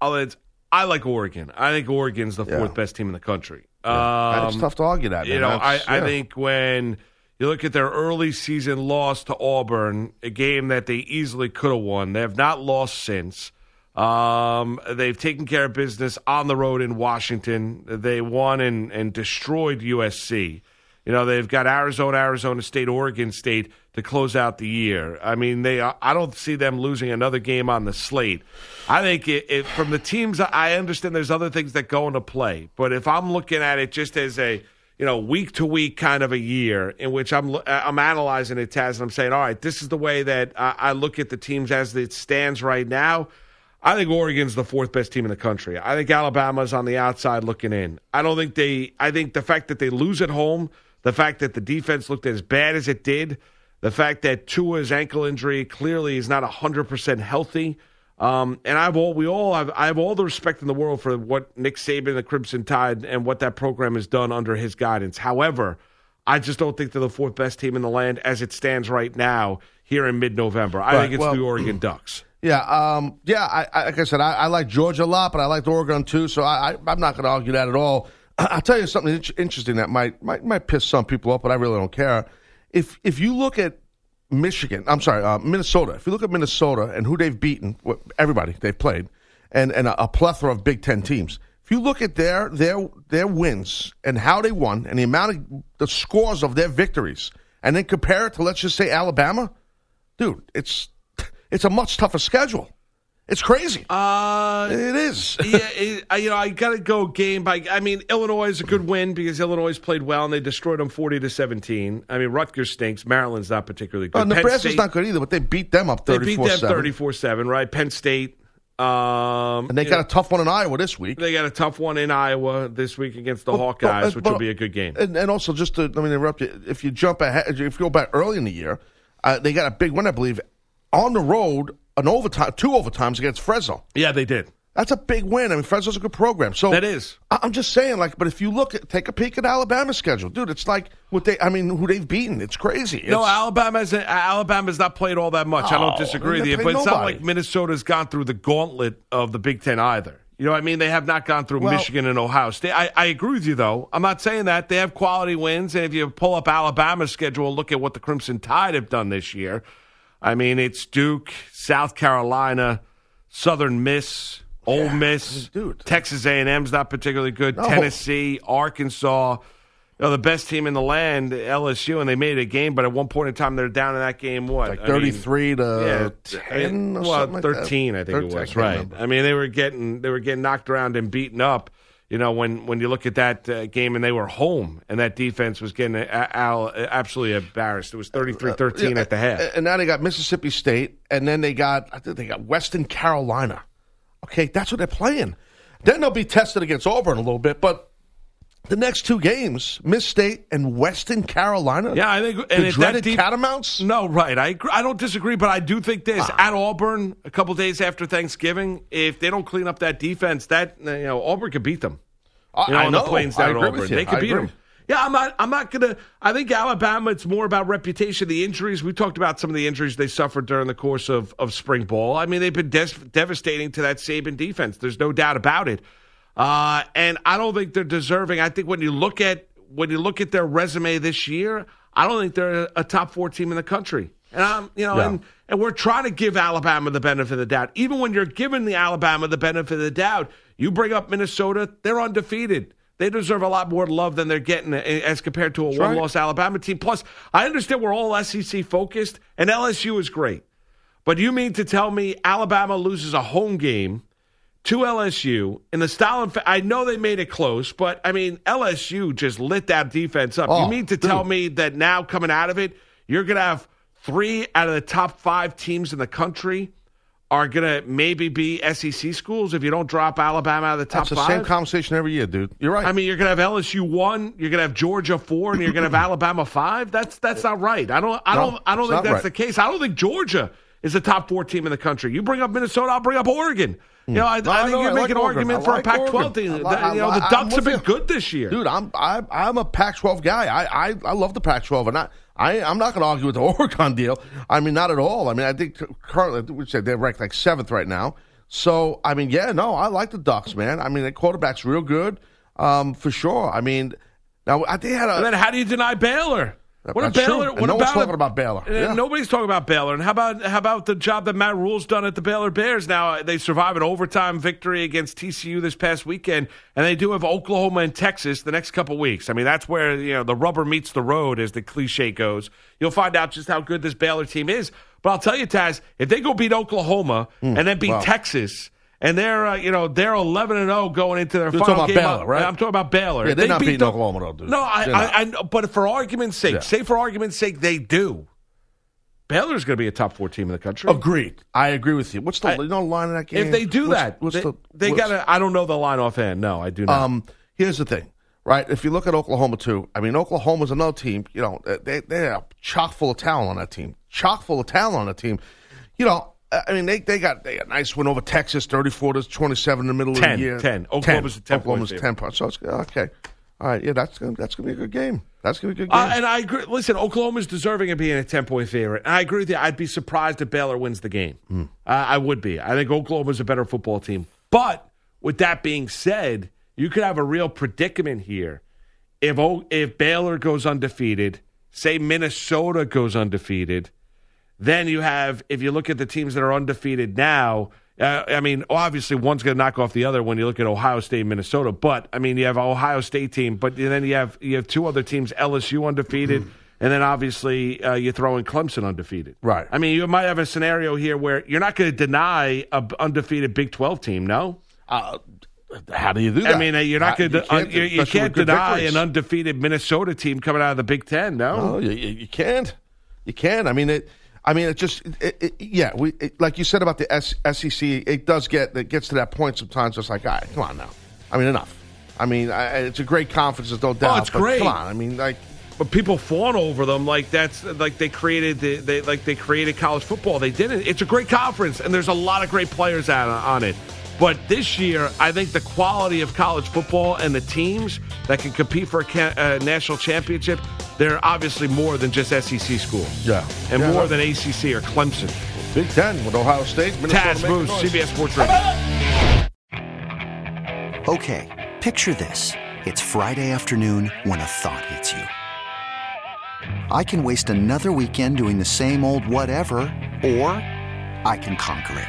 C: I'll, it's, I like Oregon. I think Oregon's the fourth best team in the country. Um,
B: it's tough to argue that.
C: You
B: man.
C: know, I,
B: That's-
C: I
B: yeah.
C: think when you look at their early season loss to Auburn, a game that they easily could have won, they have not lost since. Um, they've taken care of business on the road in Washington. They won and, and destroyed USC. You know, they've got Arizona, Arizona State, Oregon State to close out the year. I mean, they I don't see them losing another game on the slate. I think it, it, from the teams, I understand there's other things that go into play. But if I'm looking at it just as a, you know, week to week kind of a year in which I'm lo- uh, I'm analyzing it, Taz, and I'm saying, all right, this is the way that I, I look at the teams as it stands right now. I think Oregon's the fourth best team in the country. I think Alabama's on the outside looking in. I don't think they. I think the fact that they lose at home, the fact that the defense looked as bad as it did, the fact that Tua's ankle injury clearly is not hundred percent healthy. Um, and I've all we all have I have all the respect in the world for what Nick Saban and the Crimson Tide and what that program has done under his guidance. However, I just don't think they're the fourth best team in the land as it stands right now here in mid-November. I think it's
B: well-
C: the Oregon Ducks.
B: Yeah, um, yeah. I, I, like I said, I, I like Georgia a lot, but I liked Oregon too. So I, I, I'm not going to argue that at all. I'll tell you something int- interesting that might, might might piss some people off, but I really don't care. If if you look at Michigan, I'm sorry, uh, Minnesota. If you look at Minnesota and who they've beaten, wh- everybody they've played, and and a, a plethora of Big Ten teams. If you look at their their their wins and how they won and the amount of the scores of their victories, and then compare it to let's just say Alabama, dude, it's it's a much tougher schedule. It's crazy.
C: Uh,
B: it is.
C: yeah, it, I- you know, I got to go game by. I mean, Illinois is a good win because Illinois played well and they destroyed them forty to seventeen. I mean, Rutgers stinks. Maryland's not particularly good.
B: Uh,
C: Penn
B: Nebraska's
C: State-
B: not good either, but they beat them up
C: They beat
B: 34
C: them thirty-four seven, right? Penn State. Um,
B: And they
C: you
B: got
C: know,
B: a tough one in Iowa this week.
C: they got a tough one in Iowa this week against the
B: But-
C: Hawkeyes,
B: but-
C: which
B: but-
C: will be a good game.
B: And, and also, just to let me interrupt you, if you jump ahead, if you go back early in the year, uh, they got a big win, I believe, on the road, an overtime, two overtimes against Fresno.
C: yeah, they did.
B: That's a big win. I mean, Fresno's a good program. So
C: That is.
B: I- I'm just saying, like, but if you look at, take a peek at Alabama's schedule, dude, it's like what they, I mean, who they've beaten. It's crazy.
C: No,
B: It's- Oh,
C: Alabama's Alabama's not played all that much. I don't disagree
B: they
C: with you,
B: played
C: but it's not
B: nobody.
C: like Minnesota's gone through the gauntlet of the Big Ten either. You know what I mean? They have not gone through Michigan and Ohio State. I, I agree with you, though. I'm not saying that. They have quality wins. And if you pull up Alabama's schedule, look at what the Crimson Tide have done this year. I mean, it's Duke, South Carolina, Southern Miss, Ole Miss,
B: dude.
C: Texas A&M's not particularly good,
B: No.
C: Tennessee, Arkansas. You know, the best team in the land, LSU, and they made it a game, but at one point in time, they're down in that game, what?
B: Like
C: I mean-
B: 33 to
C: yeah,
B: 10 or
C: well,
B: something like that.
C: thirteen, I think
B: 13,
C: it was.
B: can't
C: Right.
B: remember.
C: I mean, they were getting they were getting knocked around and beaten up. You know, when when you look at that uh, game and they were home and that defense was getting a, a, al- absolutely embarrassed. It was 33-13
B: Yeah,
C: at the half.
B: And now they got Mississippi State, and then they got I think they got Western Carolina. Okay, that's what they're playing. Then they'll be tested against Auburn a little bit, but the next two games, Miss State and Western Carolina.
C: Yeah, I think
B: the
C: and if
B: dreaded
C: that def-
B: Catamounts. Ah.
C: No, right. I agree. I don't disagree, but I do think this at Auburn a couple days after Thanksgiving, if they don't clean up that defense, that you know Auburn could beat them.
B: I,
C: you know,
B: I
C: on
B: know.
C: the plains
B: I
C: down in
B: agree
C: Auburn.
B: with you.
C: They could
B: I
C: beat
B: agree.
C: them. Yeah, I'm not. I'm not gonna. I think Alabama. It's more about reputation, the injuries. We talked about some of the injuries they suffered during the course of of spring ball. I mean, they've been des- devastating to that Saban defense. There's no doubt about it. Uh, and I don't think they're deserving. I think when you look at when you look at their resume this year, I don't think they're a top four team in the country. And I'm, you know, and and we're trying to give Alabama the benefit of the doubt. Even when you're giving the Alabama the benefit of the doubt, you bring up Minnesota, they're undefeated. They deserve a lot more love than they're getting eh, as compared to a one loss Alabama team. Plus, I understand we're all SEC focused, and LSU is great. But you mean to tell me Alabama loses a home game to LSU in the style and fa- I know they made it close, but I mean LSU just lit that defense up.
B: Oh,
C: you mean to tell me that now coming out of it, you're going to have three out of the top 5 teams in the country are going to maybe be SEC schools if you don't drop Alabama out of the top
B: That's the
C: 5?
B: same conversation every year, dude. You're right.
C: I mean, you're going to have LSU one, you're going to have Georgia four, and you're going to have Alabama five. That's that's not right. I don't, I
B: No,
C: don't, I don't think
B: it's not
C: that's
B: right.
C: the case. I don't think Georgia is the top four team in the country. You bring up Minnesota, I'll bring up Oregon. You know, I,
B: Hmm. No,
C: I
B: I
C: think
B: know,
C: you
B: I
C: make
B: like
C: an
B: Oregon.
C: argument
B: I
C: for
B: like
C: a Pac-12
B: Oregon.
C: team.
B: I li-
C: That- you know,
B: I li-
C: the
B: I'm
C: Ducks have
B: with
C: been
B: you.
C: good this year.
B: Dude, I'm I, I'm a Pac-12 guy. I, I, I love the Pac-12, and I, I I'm not going to argue with the Oregon deal. I mean, not at all. I mean, I think currently I think we said they're ranked like seventh right now. So I mean, yeah, no, I like the Ducks, man. I mean, their quarterback's real good, um, for sure. I mean, now I- they had
C: And
B: a
C: then how do you deny Baylor? What a
B: That's true.
C: Baylor!
B: And
C: What
B: no
C: about
B: one's
C: a-
B: talking about Baylor.
C: Uh,
B: Yeah.
C: Nobody's talking about Baylor. And how about how about the job that Matt Rule's done at the Baylor Bears? Now uh, they survive an overtime victory against TCU this past weekend, and they do have Oklahoma and Texas the next couple weeks. I mean, that's where you know the rubber meets the road, as the cliche goes. You'll find out just how good this Baylor team is. But I'll tell you, Taz, if they go beat Oklahoma
B: Hmm.
C: and then beat Texas. And they're, uh, you know, they're eleven and zero going into their
B: You're
C: final
B: talking about
C: game.
B: Baylor,
C: I'm-
B: right?
C: I'm talking about Baylor.
B: Yeah,
C: If
B: they're
C: they
B: not
C: beat
B: beating
C: the-
B: Oklahoma, though, dude.
C: No, I,
B: They're not.
C: I, I know, but for argument's sake,
B: Yeah.
C: say for argument's sake, they do. Baylor's going to be a top four team in the country.
B: agreed. I agree with you. What's the
C: I-
B: you know, line in that game?
C: If they do
B: What's-
C: that,
B: what's
C: they,
B: the-
C: they
B: what's-
C: got to. I don't know the line offhand. No, I do not.
B: Um, here's the thing, right? If you look at Oklahoma too, I mean, Oklahoma's another team. You know, they they are chock full of talent on that team. Chock full of talent on that team. You know, I I mean, they they got they got a nice win over Texas, thirty four to twenty seven in the middle of
C: 10,
B: the year.
C: 10. Oklahoma's a 10 point
B: Oklahoma's ten points. So it's okay. All right, yeah, that's gonna, that's gonna be a good game. That's gonna be a good game.
C: Uh, and I agree. Listen, Oklahoma's deserving of being a 10 point favorite. And I agree with you. I'd be surprised if Baylor wins the game.
B: Hmm.
C: Uh, I would be. I think Oklahoma's a better football team. But with that being said, you could have a real predicament here. If, o- if Baylor goes undefeated, say Minnesota goes undefeated, then you have, if you look at the teams that are undefeated now, uh, I mean, obviously one's going to knock off the other when you look at Ohio State, and Minnesota. But I mean, you have Ohio State team, but then you have you have two other teams, LSU undefeated,
B: Mm-hmm.
C: and then obviously uh, you throw in Clemson undefeated.
B: Right.
C: I mean, you might have a scenario here where you're not going to deny a b- undefeated Big Twelve team. No,
B: Uh, how do you do that?
C: I mean, uh, you're not
B: How-
C: going to
B: can't
C: you,
B: do-
C: you
B: especially
C: can't
B: with good
C: deny
B: victories.
C: an undefeated Minnesota team coming out of the Big Ten.
B: No, you, you you can't. You can't. I mean it. I mean it. Just it, it, yeah. We it, like you said about the S, SEC. It does get. It gets to that point sometimes. It's like, all right, come on now. I mean, enough. I mean, I, I- it's a great conference. There's no doubt.
C: Oh, it's
B: but
C: great.
B: Come on. I mean, like
C: but people fawn over them like that's like they created the, they like they created college football. They didn't. It's a great conference, and there's a lot of great players out on it. But this year, I think the quality of college football and the teams that can compete for a ca- uh, national championship, they're obviously more than just SEC schools.
B: Yeah.
C: and
B: Yeah,
C: more
B: no.
C: than ACC or Clemson.
B: Big Ten with Ohio State. Minnesota
C: Taz
B: making
C: Moose,
B: noise.
C: CBS Sports Radio.
J: Okay, picture this. It's Friday afternoon when a thought hits you. I can waste another weekend doing the same old whatever, or I can conquer it.